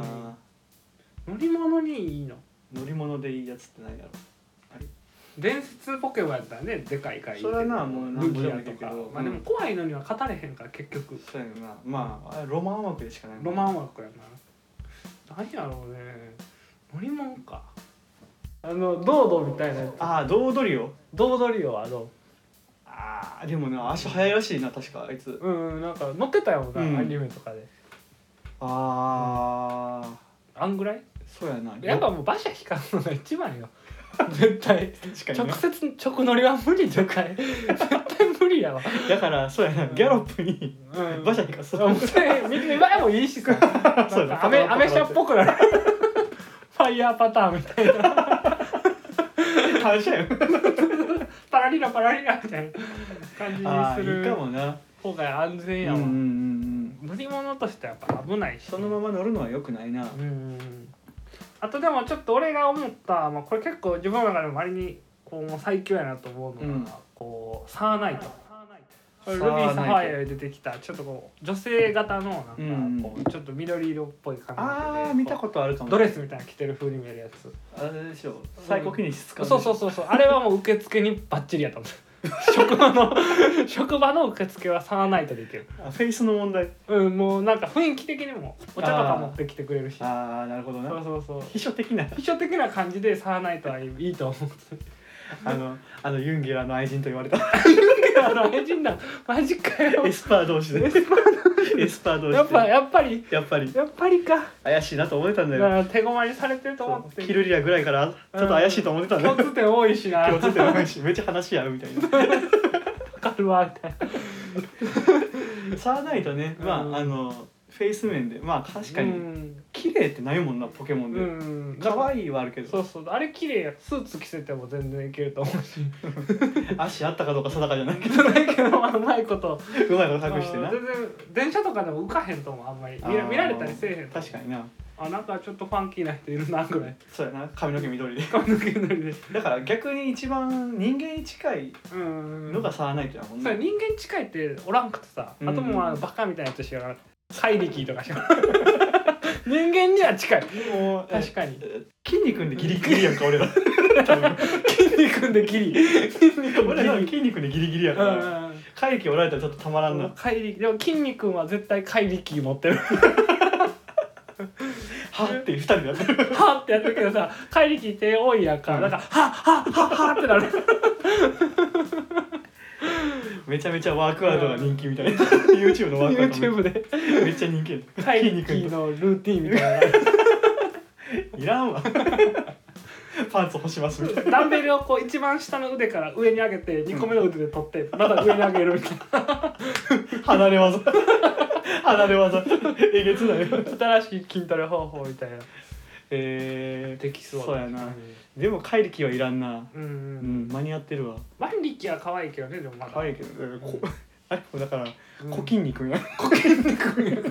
[SPEAKER 1] 乗り物にいいの
[SPEAKER 2] 乗り物でいいやつってないやろ
[SPEAKER 1] 伝説ポケモンやったらねでかいからいいけど
[SPEAKER 2] それはなもうなん
[SPEAKER 1] ル
[SPEAKER 2] ぼ
[SPEAKER 1] ギ
[SPEAKER 2] で
[SPEAKER 1] ア
[SPEAKER 2] もいい
[SPEAKER 1] と
[SPEAKER 2] けど
[SPEAKER 1] か、
[SPEAKER 2] うん
[SPEAKER 1] まあでも怖いのには勝たれへんから結局
[SPEAKER 2] そうやなまああれロマン枠でしかないもん
[SPEAKER 1] ロマン枠やな何やろうね乗り物かあのドードみたいなやつ
[SPEAKER 2] ああどう踊りよ
[SPEAKER 1] ドードリオはど
[SPEAKER 2] ああでもな足速いらしいな確かあいつ
[SPEAKER 1] ううんなんか乗ってたよな、
[SPEAKER 2] うん
[SPEAKER 1] アニメとかで
[SPEAKER 2] ああ、
[SPEAKER 1] あんぐらい
[SPEAKER 2] そうやな
[SPEAKER 1] やっぱもう馬車引かんのが一
[SPEAKER 2] *laughs*
[SPEAKER 1] 番よ絶対
[SPEAKER 2] 確かに
[SPEAKER 1] 直
[SPEAKER 2] ね
[SPEAKER 1] 接直乗りは無理で
[SPEAKER 2] *laughs*
[SPEAKER 1] かい絶対無理やわ
[SPEAKER 2] だからそうやなギャロップに
[SPEAKER 1] うん
[SPEAKER 2] 馬車にかそ
[SPEAKER 1] あもう
[SPEAKER 2] う
[SPEAKER 1] それ見見栄えもいいしさな
[SPEAKER 2] *laughs*
[SPEAKER 1] ん
[SPEAKER 2] そうだ
[SPEAKER 1] かアメアメ車っぽくなる *laughs* ファイヤーパターンみたいな
[SPEAKER 2] 反射やん
[SPEAKER 1] パラリラパラリラみたいな感
[SPEAKER 2] ああ
[SPEAKER 1] じに
[SPEAKER 2] い
[SPEAKER 1] す
[SPEAKER 2] いか
[SPEAKER 1] る
[SPEAKER 2] もな
[SPEAKER 1] 方が安全
[SPEAKER 2] うん
[SPEAKER 1] や
[SPEAKER 2] うん
[SPEAKER 1] わ、
[SPEAKER 2] うんうん
[SPEAKER 1] 乗り物としてはやっぱ危ないし
[SPEAKER 2] そのまま乗るのは良くないな
[SPEAKER 1] うんあとでもちょっと俺が思った、まあ、これ結構自分の中でも割にこう最強やなと思うのが、
[SPEAKER 2] うん
[SPEAKER 1] こうサーナイトこれル
[SPEAKER 2] サ
[SPEAKER 1] ビ
[SPEAKER 2] ーナイト
[SPEAKER 1] ー・サファイアで出てきたちょっとこう女性型のなんか
[SPEAKER 2] うん
[SPEAKER 1] こうちょっと緑色っぽい感じで、
[SPEAKER 2] ああ見たことあるかも
[SPEAKER 1] ドレスみたいなの着てる風に見えるやつ
[SPEAKER 2] あれでしょ最高気にしつか
[SPEAKER 1] そうそうそうそうあれはもう受付にバッチリやっ
[SPEAKER 2] *laughs*
[SPEAKER 1] たもん職場の職場の受付はサーナイトでいける
[SPEAKER 2] あフェイスの問題
[SPEAKER 1] うんもうなんか雰囲気的にもお茶とか持ってきてくれるしそ
[SPEAKER 2] ああなるほど
[SPEAKER 1] う
[SPEAKER 2] な
[SPEAKER 1] そうそう
[SPEAKER 2] 秘書的な
[SPEAKER 1] 秘書的な感じでサーナイトはいいいいと思う
[SPEAKER 2] あのあのユンゲラーの愛人と言われた
[SPEAKER 1] あの愛人だマジかよ
[SPEAKER 2] エスパー同士でエスパー同士で
[SPEAKER 1] *laughs* やっぱやっぱり
[SPEAKER 2] やっぱり
[SPEAKER 1] やっぱりか
[SPEAKER 2] 怪しいなと思ってたんだ
[SPEAKER 1] だ
[SPEAKER 2] よ
[SPEAKER 1] から手ごまにされてると思って
[SPEAKER 2] キルリアぐらいからちょっと怪しいと思ってたんだよ
[SPEAKER 1] 共通点多いしな
[SPEAKER 2] 共通点多いしめっちゃ話し合うみたいな
[SPEAKER 1] わかるわみたいな
[SPEAKER 2] サーナイトねま
[SPEAKER 1] うん
[SPEAKER 2] ああのフェイス面でまあ確か
[SPEAKER 1] う
[SPEAKER 2] に
[SPEAKER 1] ん
[SPEAKER 2] 綺麗ってないもんなポケモン
[SPEAKER 1] う
[SPEAKER 2] で
[SPEAKER 1] んだか
[SPEAKER 2] 可
[SPEAKER 1] ら
[SPEAKER 2] 愛いはあるけ
[SPEAKER 1] そ
[SPEAKER 2] ど
[SPEAKER 1] うそうあれ綺麗やスーツ着せても全然いけると思うし
[SPEAKER 2] 足あったかどうか定かじゃないけど
[SPEAKER 1] じゃないけどまあうまいこと
[SPEAKER 2] うまいこと隠してな
[SPEAKER 1] あの全然電車とかでも浮かへんと思うあんまり見ら
[SPEAKER 2] あー
[SPEAKER 1] 見られたりせえへんと思う
[SPEAKER 2] 確かにな
[SPEAKER 1] あなんかちょっとファンキーな人いるなぐらい
[SPEAKER 2] そうやな髪の毛緑で
[SPEAKER 1] 髪の毛のりで
[SPEAKER 2] だから逆に一番人間に近い
[SPEAKER 1] うん
[SPEAKER 2] のがサーナイトやもん
[SPEAKER 1] それ
[SPEAKER 2] ね
[SPEAKER 1] 人間近いっておらんくてさ、
[SPEAKER 2] うん
[SPEAKER 1] *laughs* あともうあのバカみたいなやつしかおらん怪力とかしか人間には近い
[SPEAKER 2] もう
[SPEAKER 1] 確かに
[SPEAKER 2] 筋肉でギリギリやんか俺ら
[SPEAKER 1] 筋肉でギリ筋肉
[SPEAKER 2] 俺
[SPEAKER 1] で
[SPEAKER 2] ら
[SPEAKER 1] ギリ
[SPEAKER 2] 筋肉でギリギリや
[SPEAKER 1] う
[SPEAKER 2] か
[SPEAKER 1] ん
[SPEAKER 2] ら
[SPEAKER 1] うん
[SPEAKER 2] 怪力おられたらちょっとたまらん
[SPEAKER 1] う
[SPEAKER 2] なん
[SPEAKER 1] 怪力でも筋肉は絶対怪力持ってる
[SPEAKER 2] はっていう二人でや
[SPEAKER 1] *laughs*
[SPEAKER 2] ってる
[SPEAKER 1] はってやってるけどさ怪力って多いやんか
[SPEAKER 2] うん
[SPEAKER 1] なんかははははってなる
[SPEAKER 2] めちゃめちゃワークアウトが人気みたいな YouTube のワークアウト
[SPEAKER 1] YouTube で
[SPEAKER 2] めっちゃ人気やった
[SPEAKER 1] 怪
[SPEAKER 2] 筋肉
[SPEAKER 1] 力のルーティンみたい
[SPEAKER 2] いらんわパンツ干しますみたいな
[SPEAKER 1] なダンベルをこう一番下の腕から上に上げて2個目の腕で取ってまた上に上げるみたいな
[SPEAKER 2] 離れ技離れ技えげつない
[SPEAKER 1] 新しい筋トレ方法みたいな
[SPEAKER 2] え
[SPEAKER 1] できそう
[SPEAKER 2] そうやなー、でも怪力はいらんな
[SPEAKER 1] うんう
[SPEAKER 2] うんん間に合ってるわ
[SPEAKER 1] 万力は可愛いけどねでもまだ
[SPEAKER 2] 可愛いけど、こ *laughs* あれもだから小筋肉や
[SPEAKER 1] 小筋
[SPEAKER 2] *laughs*
[SPEAKER 1] 肉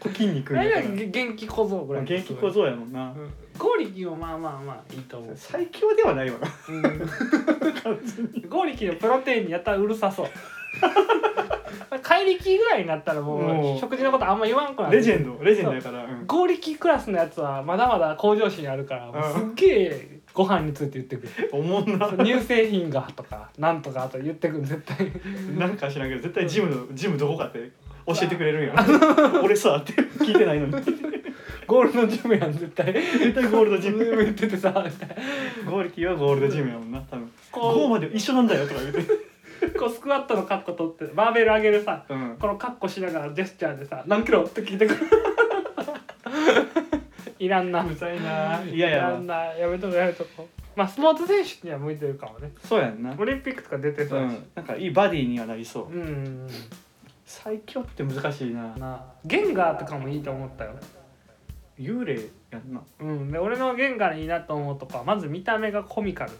[SPEAKER 2] 小筋肉
[SPEAKER 1] あ
[SPEAKER 2] やか
[SPEAKER 1] れ
[SPEAKER 2] ら
[SPEAKER 1] は元気小僧ぐらい
[SPEAKER 2] 元気小僧やもんな
[SPEAKER 1] うん剛力もまあまあまあいいと思う
[SPEAKER 2] 最強ではないわな
[SPEAKER 1] うん剛力のプロテインやったらうるさそう怪力ぐらいになったらも
[SPEAKER 2] も
[SPEAKER 1] う
[SPEAKER 2] う
[SPEAKER 1] 食事のことあんま言わんくな
[SPEAKER 2] レジ
[SPEAKER 1] ン
[SPEAKER 2] ェンドレジェンドやから、うん
[SPEAKER 1] 剛力クラスのやつはまだまだ向上心あるからもうすっげえご飯について言ってくる
[SPEAKER 2] おもんな
[SPEAKER 1] 乳製品がとかなんとかと言ってくる絶対
[SPEAKER 2] なんか知らんけど絶対ジムのジムどこかって教えてくれるんや *laughs* 俺さって聞いてないのに
[SPEAKER 1] ゴールドジムやん絶対
[SPEAKER 2] 絶対ゴールドジム
[SPEAKER 1] 言っててさ *laughs* みたいな
[SPEAKER 2] ゴーリキはゴールドジムやもんな多分
[SPEAKER 1] こう
[SPEAKER 2] ゴーまで一緒なんだよとか言うて、
[SPEAKER 1] こうスクワットのカッコ取ってバーベル上げるさ
[SPEAKER 2] うん、
[SPEAKER 1] このカッコしながらジェスチャーでさ何キロって聞いてくる *laughs* いらんな
[SPEAKER 2] うざいな
[SPEAKER 1] 嫌
[SPEAKER 2] いやい
[SPEAKER 1] や
[SPEAKER 2] や
[SPEAKER 1] んなやめとこやめとこまあスポーツ選手には向いてるかもね
[SPEAKER 2] そうやんな
[SPEAKER 1] オリンピックとか出て
[SPEAKER 2] う
[SPEAKER 1] そうやし
[SPEAKER 2] ん、なんかいいバディにはなりそう、
[SPEAKER 1] うんうん
[SPEAKER 2] 最強って難しいな
[SPEAKER 1] うんなあゲンガーとかもいいと思ったよ
[SPEAKER 2] 幽霊やんな
[SPEAKER 1] うんで俺のゲンガーいいなと思うとかまず見た目がコミカル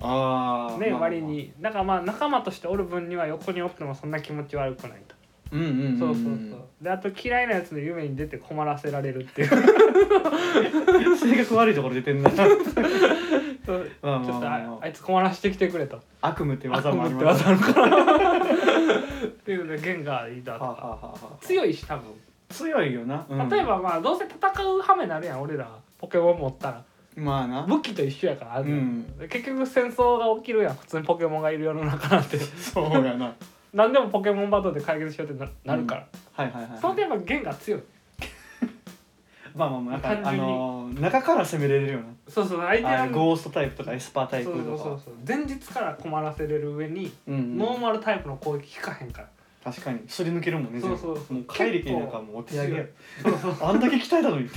[SPEAKER 2] あー
[SPEAKER 1] ね
[SPEAKER 2] まあ
[SPEAKER 1] 割にだからまあ仲間としておる分には横におってもそんな気持ち悪くないと
[SPEAKER 2] うんうんんん
[SPEAKER 1] そうそうそうであと嫌いなやつの夢に出て困らせられるっ
[SPEAKER 2] *laughs*
[SPEAKER 1] ていう
[SPEAKER 2] 性格悪いところ出てん *laughs* な
[SPEAKER 1] そう
[SPEAKER 2] まあま
[SPEAKER 1] ちょ
[SPEAKER 2] あ
[SPEAKER 1] っと
[SPEAKER 2] まあ
[SPEAKER 1] あ
[SPEAKER 2] ま
[SPEAKER 1] あいつ困らしてきてくれと
[SPEAKER 2] あ悪夢って
[SPEAKER 1] 悪
[SPEAKER 2] 技も
[SPEAKER 1] 夢
[SPEAKER 2] あ
[SPEAKER 1] っ
[SPEAKER 2] り
[SPEAKER 1] て
[SPEAKER 2] ます *laughs*
[SPEAKER 1] 技あるからっていうねゲンガーいいだ
[SPEAKER 2] は
[SPEAKER 1] と
[SPEAKER 2] あは
[SPEAKER 1] か
[SPEAKER 2] あはあはあ
[SPEAKER 1] 強いし多分
[SPEAKER 2] 強いよな、うん
[SPEAKER 1] 例えばまあどうせ戦う羽目になるやん俺らポケモン持ったら
[SPEAKER 2] まあな
[SPEAKER 1] 武器と一緒やからあ
[SPEAKER 2] うん
[SPEAKER 1] なの
[SPEAKER 2] ん
[SPEAKER 1] で結局戦争が起きるやん普通にポケモンがいる世の
[SPEAKER 2] *laughs*
[SPEAKER 1] 中なんて
[SPEAKER 2] そうやなはい
[SPEAKER 1] 何でもポケモンバトルで解決しようってななるから、
[SPEAKER 2] はいはい
[SPEAKER 1] その点やっぱ弦が強い
[SPEAKER 2] まあまあまあなんかあ
[SPEAKER 1] 単純に
[SPEAKER 2] のー中から攻めれるよな
[SPEAKER 1] そうそう相手
[SPEAKER 2] あ
[SPEAKER 1] は
[SPEAKER 2] あいうゴーストタイプとかエスパータイプ
[SPEAKER 1] そ
[SPEAKER 2] とか
[SPEAKER 1] うそうそうそう前日から困らせれる上に、
[SPEAKER 2] うんうん
[SPEAKER 1] ノーマルタイプの攻撃効かへんから
[SPEAKER 2] 確かにすり抜けるもんね
[SPEAKER 1] そう
[SPEAKER 2] 全部
[SPEAKER 1] そうそう
[SPEAKER 2] もう怪力なんかもうお手上げや
[SPEAKER 1] そうそう
[SPEAKER 2] *laughs* あんだけ鍛えたのに使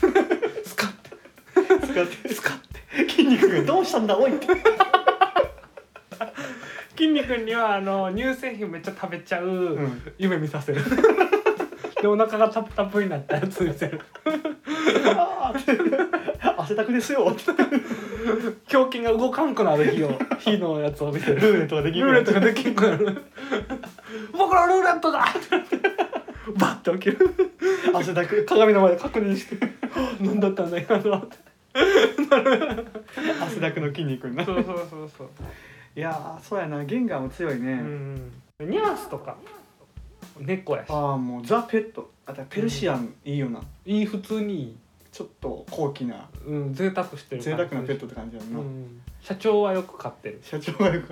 [SPEAKER 1] スカッて
[SPEAKER 2] って使って筋肉がどうしたんだおいって
[SPEAKER 1] 筋肉にはあの乳製品めっちゃ食べちゃう、
[SPEAKER 2] ん
[SPEAKER 1] 夢見させるでお腹がタプタプになったやつ見せる
[SPEAKER 2] あーって汗だくですよって
[SPEAKER 1] 胸筋が動かんくなる日を日のやつを見せる
[SPEAKER 2] ルーレットができ
[SPEAKER 1] ルーレ
[SPEAKER 2] る
[SPEAKER 1] ットができんくなる僕らルーレットだってなってバッて起きる
[SPEAKER 2] 汗だく
[SPEAKER 1] 鏡の前で確認して「何だったんだ今のは」って
[SPEAKER 2] 汗だくの筋肉にな
[SPEAKER 1] そうそうそうそう
[SPEAKER 2] いやーそうやなゲンガーも強いね、
[SPEAKER 1] うんうんニャースとか猫やし
[SPEAKER 2] ああもうザ・ペットあとペルシアンいいよな、
[SPEAKER 1] いい普通にいい
[SPEAKER 2] ちょっと高貴な
[SPEAKER 1] うん贅沢してる
[SPEAKER 2] 贅
[SPEAKER 1] 感
[SPEAKER 2] 沢
[SPEAKER 1] じ
[SPEAKER 2] なペットって感じやんな、
[SPEAKER 1] うん社長はよく飼ってる
[SPEAKER 2] 社長がよく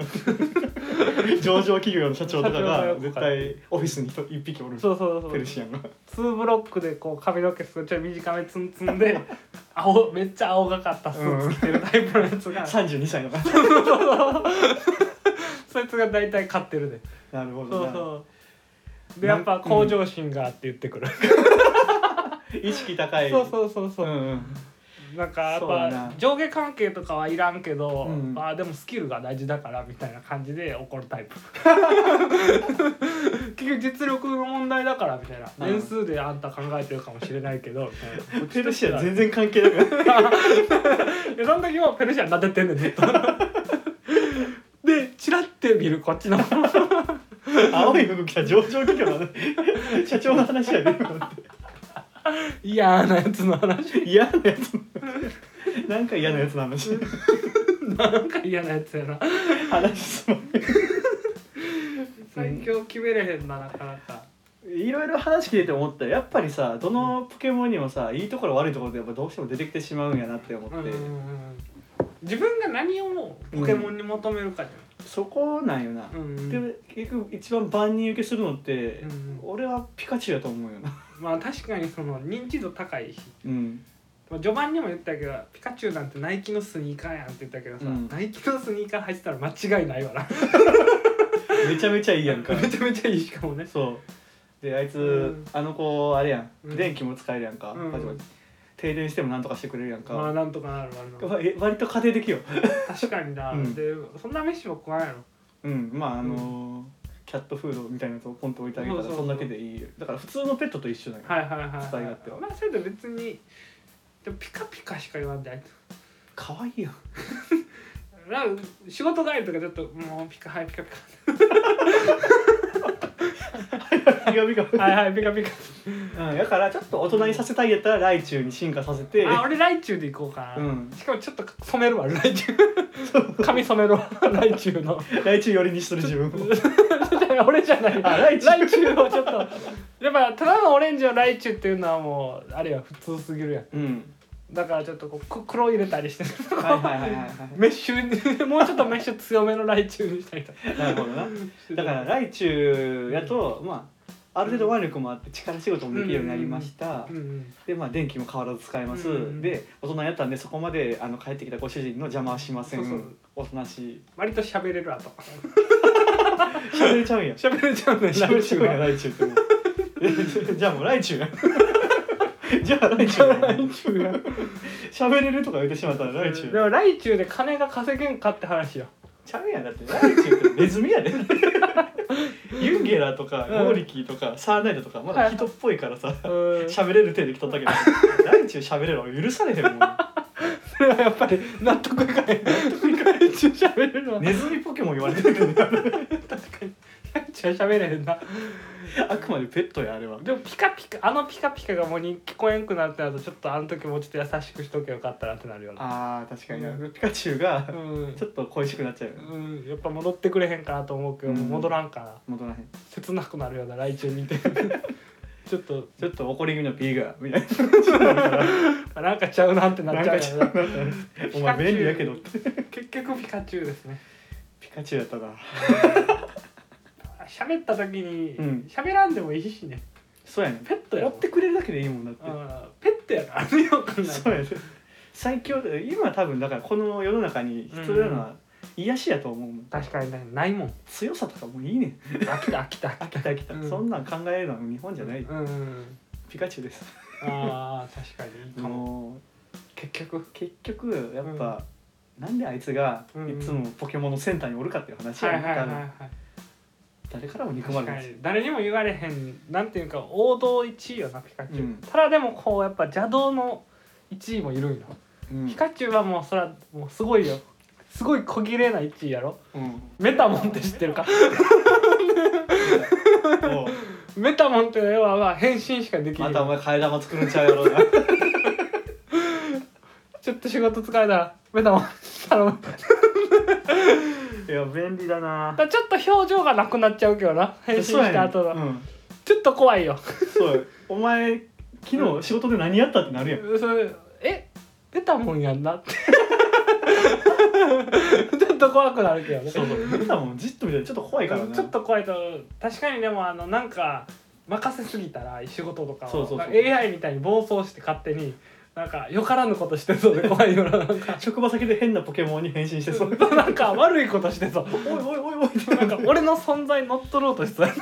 [SPEAKER 1] *laughs*
[SPEAKER 2] 上場企業の社長とか
[SPEAKER 1] 社長が
[SPEAKER 2] が
[SPEAKER 1] よく
[SPEAKER 2] 絶対オフィスに一匹おる
[SPEAKER 1] そうそうそう
[SPEAKER 2] ペルシアンが
[SPEAKER 1] 2ブロックでこう髪の毛すごいちょい短めツンツン *laughs* で青めっちゃ青がかったスーツ着てるタイプのやつ *laughs* が、
[SPEAKER 2] 32歳の
[SPEAKER 1] そいつが大体買ってるで
[SPEAKER 2] なるほど
[SPEAKER 1] そう
[SPEAKER 2] な
[SPEAKER 1] そうでやっぱ向上心があって言ってくる、
[SPEAKER 2] 意識高い
[SPEAKER 1] そうそうそうそう、
[SPEAKER 2] うんうん
[SPEAKER 1] なんかやっ
[SPEAKER 2] そうだ
[SPEAKER 1] ぱ
[SPEAKER 2] な
[SPEAKER 1] 上下関係とかはいらんけど、
[SPEAKER 2] うん
[SPEAKER 1] あーでもスキルが大事だからみたいな感じで怒るタ *laughs* イプ結局実力の問題だからみたいな
[SPEAKER 2] うん
[SPEAKER 1] 年数であんた考えてるかもしれないけどみ *laughs* たいな
[SPEAKER 2] ペルシアン全然関係なくない
[SPEAKER 1] *laughs* いやその時もペルシアン撫でてんねんずっと *laughs* でチラって見るこっちの
[SPEAKER 2] 青い服着た上場企業の話社長の話や
[SPEAKER 1] *laughs*
[SPEAKER 2] ね
[SPEAKER 1] *laughs* 嫌なやつの話
[SPEAKER 2] 嫌なやつなんか嫌なやつの
[SPEAKER 1] *laughs*
[SPEAKER 2] 話
[SPEAKER 1] なんか嫌なやつやな
[SPEAKER 2] 話すまん
[SPEAKER 1] 最強決めれへんななかなか
[SPEAKER 2] いいろいろ話聞いて思ったよやっぱりさどのポケモンにもさいいところ悪いところってやっぱどうしても出てきてしまうんやなって思って、
[SPEAKER 1] うんうんうん自分が何をポケモンに求めるかじ
[SPEAKER 2] そこなんよな
[SPEAKER 1] ゃ、ん、うんうん
[SPEAKER 2] で結局一番万人受けするのって、
[SPEAKER 1] うんうん
[SPEAKER 2] 俺はピカチュウやと思うよな、
[SPEAKER 1] まあ確かにその認知度高いし
[SPEAKER 2] うん、
[SPEAKER 1] まあ序盤にも言ったけどピカチュウなんてナイキのスニーカーやんって言ったけどさ、
[SPEAKER 2] うん
[SPEAKER 1] ナイキのスニーカー履いてたら間違いないわな
[SPEAKER 2] めちゃめちゃいいやんか
[SPEAKER 1] *laughs* めちゃめちゃいいしかもね
[SPEAKER 2] そうであいつ、
[SPEAKER 1] うん
[SPEAKER 2] あの子あれやん、
[SPEAKER 1] うん
[SPEAKER 2] 電気も使えるやんか、
[SPEAKER 1] うん
[SPEAKER 2] パチパチ停電してもなんとかしてくれるやんか、
[SPEAKER 1] まあなんとかなるわな
[SPEAKER 2] わえ割と家庭的よ
[SPEAKER 1] 確かにな、
[SPEAKER 2] うん
[SPEAKER 1] でそんな飯は食わんやろ
[SPEAKER 2] うんまああのーキャットフードみたいなやつをポンと置いてあげたら
[SPEAKER 1] そうそう
[SPEAKER 2] そんだけでいいよだから普通のペットと一緒だよ、
[SPEAKER 1] はいはいはい、
[SPEAKER 2] 使い勝手は
[SPEAKER 1] まあそれと別にでもピカピカしか言わんであいつ
[SPEAKER 2] かわいいやん
[SPEAKER 1] なんか仕事帰りとかちょっともうピカはいピ
[SPEAKER 2] *laughs*
[SPEAKER 1] カピ
[SPEAKER 2] ピカピカ
[SPEAKER 1] カはいはいピカピカ
[SPEAKER 2] うん、だからちょっと大人にさせたいやったらライチュウに進化させて
[SPEAKER 1] あ俺ライチュウで行こうかな、
[SPEAKER 2] うん
[SPEAKER 1] しかもちょっと染めるわライチュウ髪染めるわライチュウ *laughs* の
[SPEAKER 2] ライチュウ寄りにしてる自分を
[SPEAKER 1] 俺じゃない
[SPEAKER 2] あライチュウ
[SPEAKER 1] ライチュウをちょっとやっぱただのオレンジのライチュウっていうのはもうあれは普通すぎるやん
[SPEAKER 2] うん
[SPEAKER 1] だからちょっとこうく黒入れたりして
[SPEAKER 2] はいはいはいはいは
[SPEAKER 1] メッシュにもうちょっとメッシュ強めのライチュウにしたりとか
[SPEAKER 2] いなるほどなだからライチュウやとまあある程度腕力もあって力仕事もできるようになりました、
[SPEAKER 1] うんうん
[SPEAKER 2] でまあ電気も変わらず使えます、
[SPEAKER 1] うんうん
[SPEAKER 2] で大人やったんでそこまであの帰ってきたご主人の邪魔はしません
[SPEAKER 1] そうそう
[SPEAKER 2] おとなしい
[SPEAKER 1] 割と喋れるあと
[SPEAKER 2] 喋れちゃうんや
[SPEAKER 1] *laughs* 喋れちゃうね
[SPEAKER 2] 喋れちゃうんや
[SPEAKER 1] う
[SPEAKER 2] ライチュウってもう *laughs* じゃあもうライチュウ *laughs* やじゃあライチュウや
[SPEAKER 1] ライチュウや
[SPEAKER 2] 喋れるとか言ってしまったらライチュウ
[SPEAKER 1] でもライチュウで金が稼げんかって話よ
[SPEAKER 2] ちゃうやんだってライチュウってネズミや *laughs* でユンゲラーとか
[SPEAKER 1] うん
[SPEAKER 2] モーリキーとかサーナイトとかまだ人っぽいからさ
[SPEAKER 1] うん
[SPEAKER 2] 喋れる手で来とったけどライチュウ喋れるの許されへんもん
[SPEAKER 1] それはやっぱり納得いかない納得いか *laughs* ないライチュウ喋れるのは
[SPEAKER 2] ネズミポケモン言われてるけど
[SPEAKER 1] ライチュウは喋れへんな
[SPEAKER 2] あくまでペットやあれは
[SPEAKER 1] でもピカピカあのピカピカがもうに聞こえんくなってなるとちょっとあの時もうちょっと優しくしとけよかったなってなるよな
[SPEAKER 2] あー確かになピカチュウが
[SPEAKER 1] うん
[SPEAKER 2] ちょっと恋しくなっちゃうよね
[SPEAKER 1] うん、やっぱ戻ってくれへんかなと思うけど、
[SPEAKER 2] うん
[SPEAKER 1] 戻らんかな
[SPEAKER 2] 戻らへん
[SPEAKER 1] 切なくなるようなライチュウ見てちょっと
[SPEAKER 2] ちょっと怒り気味のピーがみたい *laughs*
[SPEAKER 1] あなんかちゃうなってな
[SPEAKER 2] なな
[SPEAKER 1] っ
[SPEAKER 2] ん
[SPEAKER 1] ちゃ
[SPEAKER 2] か
[SPEAKER 1] う
[SPEAKER 2] ちょ
[SPEAKER 1] よな
[SPEAKER 2] っとお前便利やけどって
[SPEAKER 1] 結局ピカチュウですね
[SPEAKER 2] ピカチュウやったな
[SPEAKER 1] 喋った時に
[SPEAKER 2] うん
[SPEAKER 1] 喋、らんでもいいしね
[SPEAKER 2] そうやね
[SPEAKER 1] ペットや
[SPEAKER 2] 追ってくれるだけでいいもんだって
[SPEAKER 1] あーペットや
[SPEAKER 2] *laughs*
[SPEAKER 1] からねよく
[SPEAKER 2] そうやね最強だよ今多分だからこの世の中に必要なのは癒しやと思うもん
[SPEAKER 1] 確かにねないもん
[SPEAKER 2] 強さとかもういいねん
[SPEAKER 1] 飽きた飽きた
[SPEAKER 2] 飽きた飽きた、
[SPEAKER 1] うん
[SPEAKER 2] そんなん考えるのは日本じゃない、
[SPEAKER 1] うん
[SPEAKER 2] ピカチュウです
[SPEAKER 1] あー確かにいいかも、
[SPEAKER 2] もう結局結局やっぱ、なんであいつが
[SPEAKER 1] うん
[SPEAKER 2] いつもポケモンのセンターにおるかっていう話
[SPEAKER 1] は
[SPEAKER 2] や
[SPEAKER 1] い
[SPEAKER 2] ね
[SPEAKER 1] は
[SPEAKER 2] ん
[SPEAKER 1] いはい
[SPEAKER 2] 多
[SPEAKER 1] は
[SPEAKER 2] 分
[SPEAKER 1] い
[SPEAKER 2] 誰からも憎ま
[SPEAKER 1] 確
[SPEAKER 2] れ
[SPEAKER 1] か
[SPEAKER 2] ます
[SPEAKER 1] に誰にも言われへんなんていうか王道1位よなピカチュウ、
[SPEAKER 2] うん
[SPEAKER 1] ただでもこうやっぱ邪道の1位もいるんよ、
[SPEAKER 2] うん
[SPEAKER 1] ピカチュウはもうそらもうすごいよすごい小綺麗な1位やろ
[SPEAKER 2] うん
[SPEAKER 1] メタモンって知ってる
[SPEAKER 2] *laughs*
[SPEAKER 1] か
[SPEAKER 2] おう *laughs*
[SPEAKER 1] メタモンって要はまあ変身しかできな
[SPEAKER 2] ま
[SPEAKER 1] い、
[SPEAKER 2] たお前替え玉作るんちゃうやろうな
[SPEAKER 1] ちょっと仕事疲れたメタモン頼む
[SPEAKER 2] *laughs* いや便利だな
[SPEAKER 1] ただちょっと表情がなくなっちゃうけどな変身した後
[SPEAKER 2] だ
[SPEAKER 1] の、
[SPEAKER 2] うん、
[SPEAKER 1] ちょっと怖いよ
[SPEAKER 2] そうやお前昨日仕事で何やったってなるやん
[SPEAKER 1] それえメタモンやんなって *laughs* ちょっと怖くなるけどね
[SPEAKER 2] そうそう見たもんじっと見たらちょっと怖いからな
[SPEAKER 1] ちょっと怖いと確かにでもあのなんか任せすぎたら仕事とかを
[SPEAKER 2] そうそうそう
[SPEAKER 1] なんか AI みたいに暴走して勝手になんかよからぬことしてそうで怖いよななんか
[SPEAKER 2] 職場先で変なポケモンに変身してそう
[SPEAKER 1] なんか *laughs* 悪いことしてそう
[SPEAKER 2] おいおいおいおいって
[SPEAKER 1] なんか俺の存在乗っ取ろうとしてそうな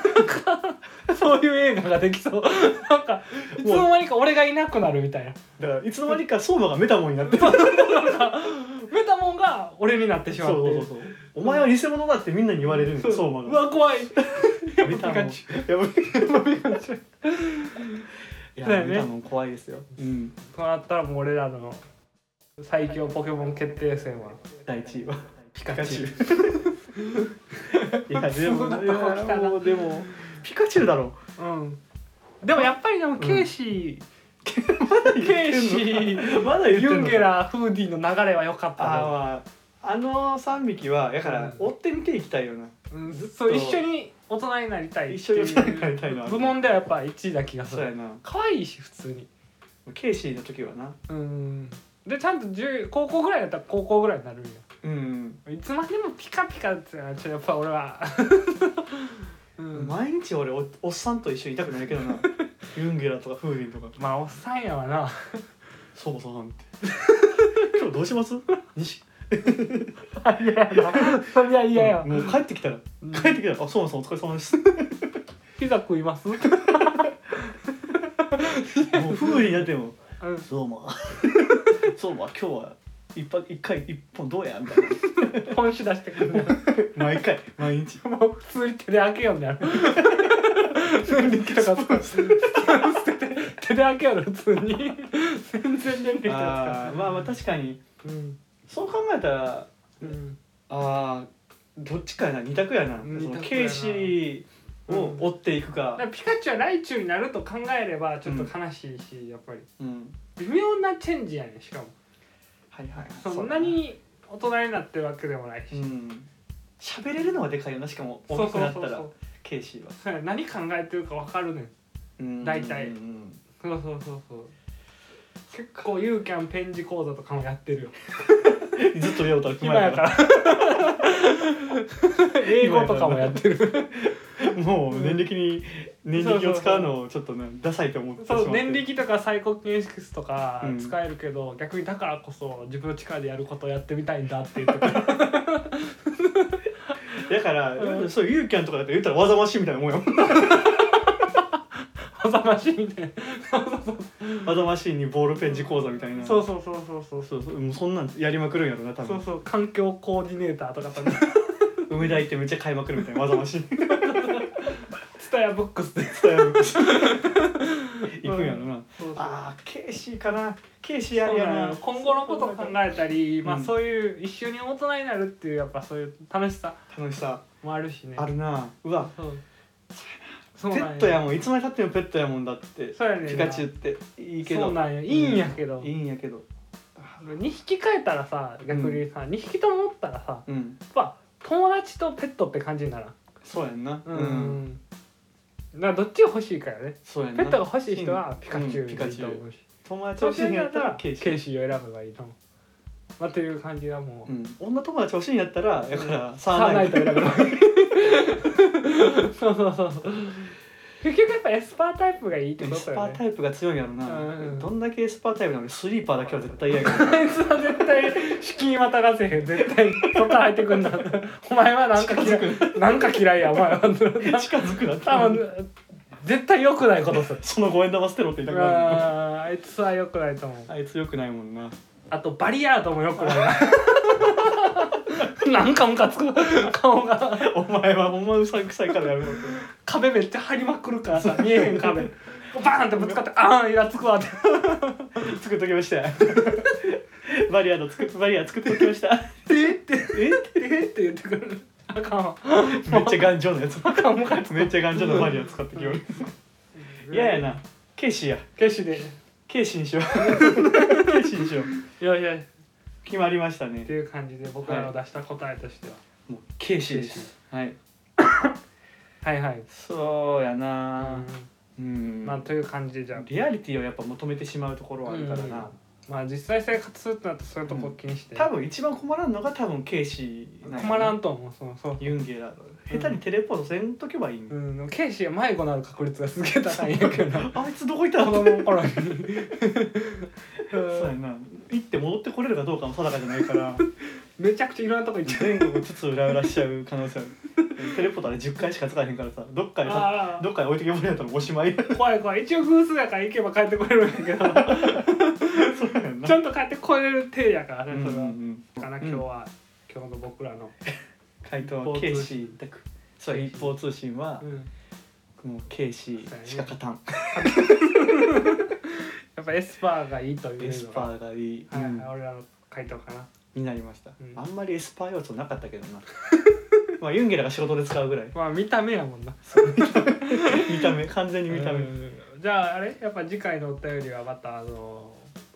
[SPEAKER 1] んか *laughs* そういう映画ができそうなんかいつの間にか俺がいなくなるみたいな
[SPEAKER 2] だからいつの間にか相馬がメタモンになってる
[SPEAKER 1] メタモンが俺になってしま
[SPEAKER 2] そう
[SPEAKER 1] っ
[SPEAKER 2] そう
[SPEAKER 1] て
[SPEAKER 2] そうそうお前は偽物だってみんなに言われるんだよ相馬
[SPEAKER 1] う
[SPEAKER 2] が
[SPEAKER 1] わ怖い
[SPEAKER 2] メタモン
[SPEAKER 1] ピカチ
[SPEAKER 2] やばいい
[SPEAKER 1] そうだ
[SPEAKER 2] や
[SPEAKER 1] よね
[SPEAKER 2] メタモン怖いですようん
[SPEAKER 1] そうなったらもう俺らの最強ポケモン決定戦は
[SPEAKER 2] 第一位は
[SPEAKER 1] ピ
[SPEAKER 2] ピ
[SPEAKER 1] カチュウ
[SPEAKER 2] ュウ *laughs* いやです *laughs*
[SPEAKER 1] ご
[SPEAKER 2] も
[SPEAKER 1] いとこ来たな
[SPEAKER 2] もうでもピカチュウだろ
[SPEAKER 1] うんでもやっぱりでもケイシー、ケイシー
[SPEAKER 2] まだ言ってんの
[SPEAKER 1] ユンゲラーフーディーの流れは良かった
[SPEAKER 2] あー、
[SPEAKER 1] な
[SPEAKER 2] まあ、あの3匹はだから追ってみていきたいよな
[SPEAKER 1] うん、そう一緒に大人になりたい
[SPEAKER 2] 一緒に大人になりたいな
[SPEAKER 1] 部門ではやっぱ1位な気がす
[SPEAKER 2] そうや
[SPEAKER 1] る
[SPEAKER 2] な
[SPEAKER 1] 可愛いし普通に
[SPEAKER 2] ケイシーの時はな
[SPEAKER 1] うんでちゃんと10高校ぐらいだったら高校ぐらいになるんよ
[SPEAKER 2] うん、
[SPEAKER 1] いつまでもピカピカってのはちょっとやっぱ俺は *laughs* うん
[SPEAKER 2] 毎日俺おおっさんと一緒にいたくないけど *laughs* なユンゲラとかフーリンとか
[SPEAKER 1] まあおっさんや
[SPEAKER 2] *laughs*
[SPEAKER 1] わな
[SPEAKER 2] そうそうなん *laughs* て今日どうします西
[SPEAKER 1] いやいやそりゃ嫌や、
[SPEAKER 2] もう帰ってきたら
[SPEAKER 1] うん
[SPEAKER 2] 帰ってきたら「あそうなんですお疲れ様 *laughs* です」
[SPEAKER 1] ピザ食います、うん、
[SPEAKER 2] もうフーリンやっても「そうま *laughs* そうま今日は一発一回一本どうや?」みたい
[SPEAKER 1] 本酒出してくるね
[SPEAKER 2] な毎回毎日
[SPEAKER 1] もう普通に手で開けようになる年力とかとか *laughs* 捨てて手で開けよる普通に全然電力と
[SPEAKER 2] あ
[SPEAKER 1] か
[SPEAKER 2] ーまあまあ確かに
[SPEAKER 1] うん
[SPEAKER 2] そう考えたら
[SPEAKER 1] うん
[SPEAKER 2] あーどっちかやな二択やな
[SPEAKER 1] う
[SPEAKER 2] そ
[SPEAKER 1] ん二択
[SPEAKER 2] の
[SPEAKER 1] やな
[SPEAKER 2] ケイシーを追っていく
[SPEAKER 1] だか、
[SPEAKER 2] から
[SPEAKER 1] ピカチュウはライチュウになると考えればちょっと悲しいし、やっぱり
[SPEAKER 2] うん、
[SPEAKER 1] 微妙なチェンジやねしかも
[SPEAKER 2] はいはい
[SPEAKER 1] そんなに大人になってるわけでもないし、
[SPEAKER 2] うん喋れるのはでかいよなしかも
[SPEAKER 1] そう
[SPEAKER 2] 大きく
[SPEAKER 1] そう
[SPEAKER 2] なっ
[SPEAKER 1] そ
[SPEAKER 2] た
[SPEAKER 1] う
[SPEAKER 2] ら
[SPEAKER 1] そ
[SPEAKER 2] ケイシーは
[SPEAKER 1] う何考えてるか分かるねん
[SPEAKER 2] うん
[SPEAKER 1] 大体
[SPEAKER 2] うん
[SPEAKER 1] そうそうそうそう結構ユーキャンペン字講座とかもやってるよ
[SPEAKER 2] うんずっと言おうとは決
[SPEAKER 1] 今
[SPEAKER 2] ま
[SPEAKER 1] や
[SPEAKER 2] ら
[SPEAKER 1] から英語とかもやってる
[SPEAKER 2] もう年力に年力を使うのをちょっとねダサいと思ってしまっ
[SPEAKER 1] そう
[SPEAKER 2] て
[SPEAKER 1] 年力とか最高金色とか
[SPEAKER 2] うん
[SPEAKER 1] 使えるけど、逆にだからこそ自分の力でやることをやってみたいんだっていうとこ
[SPEAKER 2] だから、
[SPEAKER 1] うん
[SPEAKER 2] そうユーキャンとかだって言ったらわざましいみたいなもんやもん
[SPEAKER 1] *laughs* おざましいみたい
[SPEAKER 2] わざましいにボールペン字講座みたい
[SPEAKER 1] な
[SPEAKER 2] な
[SPEAKER 1] そうそうそうそうそう
[SPEAKER 2] そうそうもうそんなんやりまくるんやろな多
[SPEAKER 1] そう
[SPEAKER 2] 分
[SPEAKER 1] そう環境コーディネーターとかさ *laughs*
[SPEAKER 2] 梅田行ってめっちゃ買いまくるみたいなわざましい
[SPEAKER 1] ツタヤブックスで *laughs*
[SPEAKER 2] 行くんやろな、
[SPEAKER 1] そうそう
[SPEAKER 2] ああケイシーかなケイシーあ
[SPEAKER 1] そう
[SPEAKER 2] れや
[SPEAKER 1] な
[SPEAKER 2] な
[SPEAKER 1] の今後のことを考えたり、まあ、
[SPEAKER 2] うん
[SPEAKER 1] そういう一緒に大人になるっていうやっぱそういう楽しさ
[SPEAKER 2] 楽しさ
[SPEAKER 1] もあるしね
[SPEAKER 2] あるなうわ
[SPEAKER 1] そう
[SPEAKER 2] ペ
[SPEAKER 1] そうなん
[SPEAKER 2] ットやもんいつまでたってもペットやもんだって
[SPEAKER 1] そうやねんな
[SPEAKER 2] ピカチュウっていいけ
[SPEAKER 1] そう
[SPEAKER 2] ど
[SPEAKER 1] なんやいいんやけど、
[SPEAKER 2] いいんやけど
[SPEAKER 1] 2匹飼えたらさ逆にさ、二2匹ともおったらさ
[SPEAKER 2] うん
[SPEAKER 1] やっぱ友達とペットって感じにならん
[SPEAKER 2] そうやんな
[SPEAKER 1] うん、だからどっちが欲しいかよね
[SPEAKER 2] そうやん
[SPEAKER 1] ペ
[SPEAKER 2] な
[SPEAKER 1] ットが欲しい人はピカチュウ
[SPEAKER 2] うん
[SPEAKER 1] でい
[SPEAKER 2] ピ
[SPEAKER 1] い
[SPEAKER 2] カチ
[SPEAKER 1] と
[SPEAKER 2] ュ
[SPEAKER 1] 思
[SPEAKER 2] ウ
[SPEAKER 1] うし、
[SPEAKER 2] 友達
[SPEAKER 1] そ
[SPEAKER 2] 欲
[SPEAKER 1] う
[SPEAKER 2] しいんやったら
[SPEAKER 1] ケ
[SPEAKER 2] ケ
[SPEAKER 1] イ
[SPEAKER 2] イ
[SPEAKER 1] シ
[SPEAKER 2] シー
[SPEAKER 1] ーを選べばいいと思う、まあ、という感じだもう、
[SPEAKER 2] うん女友達欲しいんやったらだからサ
[SPEAKER 1] サ
[SPEAKER 2] ー
[SPEAKER 1] ーナ
[SPEAKER 2] ナ
[SPEAKER 1] イ
[SPEAKER 2] イ
[SPEAKER 1] ト
[SPEAKER 2] ト
[SPEAKER 1] 選べばいいそうそうそうそう結局やっぱエスパータイプがいいって
[SPEAKER 2] エ
[SPEAKER 1] こ
[SPEAKER 2] ス
[SPEAKER 1] と
[SPEAKER 2] パー
[SPEAKER 1] よね
[SPEAKER 2] タイプが強いんやろな、
[SPEAKER 1] うん
[SPEAKER 2] どんだけエスパータイプなのにスリーパーだけは絶対嫌やけど
[SPEAKER 1] あいつは絶対資金渡らせへん絶対そっから入ってくんなお前はなんか嫌いなんか嫌いやお前は *laughs*
[SPEAKER 2] 近づくなって
[SPEAKER 1] 多分絶対良くないことする
[SPEAKER 2] その五円玉捨てろって言いたくなる
[SPEAKER 1] ああいつは良くないと思う
[SPEAKER 2] あいつよくないもんな *laughs*
[SPEAKER 1] あとバリアードも良くない *laughs* ななんかムカつく顔が
[SPEAKER 2] お前はほんまうさんくさいからやめろって
[SPEAKER 1] 壁めっちゃ張りまくるからさ見えへん壁 *laughs* バーンってぶつかってああイラつくわって
[SPEAKER 2] 作っときました *laughs* バリアの作っバリア作っときました
[SPEAKER 1] えってえってえって言ってくるあかんわ
[SPEAKER 2] *laughs* めっちゃ頑丈なやつ
[SPEAKER 1] あかんムカつ
[SPEAKER 2] *laughs*
[SPEAKER 1] く
[SPEAKER 2] めっちゃ頑丈なバリア使ってきよる嫌やなケイシーや
[SPEAKER 1] 決して
[SPEAKER 2] ケイシーにしよ *laughs* うケイシーにしよう
[SPEAKER 1] いやいや
[SPEAKER 2] 決まりました
[SPEAKER 1] って
[SPEAKER 2] ね
[SPEAKER 1] いう感じで僕らの出した答えとしては、
[SPEAKER 2] もうケイシーですはい
[SPEAKER 1] はい、はい
[SPEAKER 2] そうやなうん
[SPEAKER 1] まあという感じでじゃあ、
[SPEAKER 2] リアリティをやっぱ求めてしまうところはあるから
[SPEAKER 1] うん
[SPEAKER 2] な
[SPEAKER 1] まあ実際生活するとなったらそういうとこ気にして、
[SPEAKER 2] 多分一番困らんのが多分ケイシーやな
[SPEAKER 1] 困らんと思うそうそう
[SPEAKER 2] ユンゲラー下手にテレポートせんとけばいいん
[SPEAKER 1] う
[SPEAKER 2] や
[SPEAKER 1] ん、でもケイシーが迷子なる確率がすげえ高いんやけどな
[SPEAKER 2] あいつどこ行った
[SPEAKER 1] *laughs* 子
[SPEAKER 2] の
[SPEAKER 1] 供の *laughs* 頃に
[SPEAKER 2] そうやな行って戻ってこれるかどうかも定かじゃないから
[SPEAKER 1] めちゃくちゃいろんなとこ行っちゃう
[SPEAKER 2] 全国つつ裏裏しちゃう可能性あるテレポートあれ10回しか使えへんからさどっかにさ
[SPEAKER 1] あ
[SPEAKER 2] どっかに置いてけぼりやったらおしまい
[SPEAKER 1] あ怖い怖い一応偶数やから行けば帰ってこれるんやけど
[SPEAKER 2] *laughs* そうやんな
[SPEAKER 1] ちゃんと帰ってこれる体やから
[SPEAKER 2] う
[SPEAKER 1] ね
[SPEAKER 2] んう
[SPEAKER 1] それは、
[SPEAKER 2] ん
[SPEAKER 1] かな
[SPEAKER 2] うん
[SPEAKER 1] 今日は、今日の僕らの、
[SPEAKER 2] 回答はケイシー一択そう一方通信は
[SPEAKER 1] うん
[SPEAKER 2] もうケイシーしか勝たん
[SPEAKER 1] やっぱエスパーがいいというのが
[SPEAKER 2] エスパーがいい、
[SPEAKER 1] はい、
[SPEAKER 2] うん
[SPEAKER 1] 俺らの回答かな
[SPEAKER 2] になりました、
[SPEAKER 1] うん
[SPEAKER 2] あんまりエスパー要素なかったけどなまあユンゲラが仕事で使うぐらい
[SPEAKER 1] まあ見た目やもんな
[SPEAKER 2] 見た目完全に見た目、
[SPEAKER 1] うんじゃああれやっぱ次回のお便りはまたあの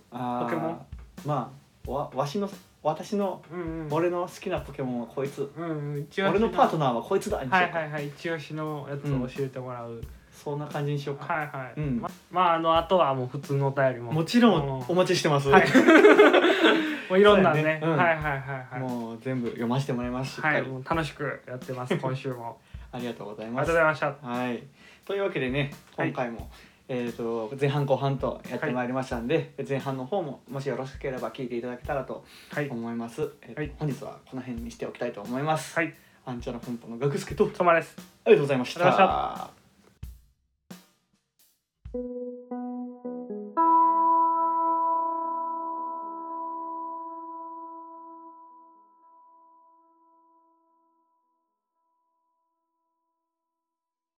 [SPEAKER 2] あー
[SPEAKER 1] ポケモン
[SPEAKER 2] まあわわしの私の
[SPEAKER 1] うんうん
[SPEAKER 2] 俺の好きなポケモンはこいつ
[SPEAKER 1] うんうん一押し
[SPEAKER 2] 俺のパートナーはこいつだにしよ
[SPEAKER 1] は
[SPEAKER 2] う
[SPEAKER 1] い
[SPEAKER 2] か
[SPEAKER 1] はいはい一押しのやつを教えてもらう、
[SPEAKER 2] そんな感じにしようか
[SPEAKER 1] はいはい、
[SPEAKER 2] うん
[SPEAKER 1] ままああのあとはもう普通のお便りも
[SPEAKER 2] もちろんお待ちしてます
[SPEAKER 1] はい *laughs* もういろんな
[SPEAKER 2] そうや
[SPEAKER 1] ね
[SPEAKER 2] ねうん
[SPEAKER 1] はいはいはいは
[SPEAKER 2] *laughs*
[SPEAKER 1] い
[SPEAKER 2] もう全部読ませてもらいますしっ
[SPEAKER 1] は
[SPEAKER 2] か
[SPEAKER 1] い
[SPEAKER 2] り
[SPEAKER 1] もう楽しくやってます今週も
[SPEAKER 2] ありがとうござい
[SPEAKER 1] あり
[SPEAKER 2] ま
[SPEAKER 1] がと
[SPEAKER 2] す
[SPEAKER 1] うございました
[SPEAKER 2] はい、というわけでね
[SPEAKER 1] はい
[SPEAKER 2] 今回も、えー、と前半後半とやってまいりましたんで、前半の方ももしよろしければ聞いていただけたらと
[SPEAKER 1] はい
[SPEAKER 2] 思います、えーと
[SPEAKER 1] はい
[SPEAKER 2] 本日はこの辺にしておきたいと思います、
[SPEAKER 1] はい
[SPEAKER 2] あんちゃんの本舗の学助と
[SPEAKER 1] トマです
[SPEAKER 2] ありがとうございまし
[SPEAKER 1] ありがとうござい
[SPEAKER 2] た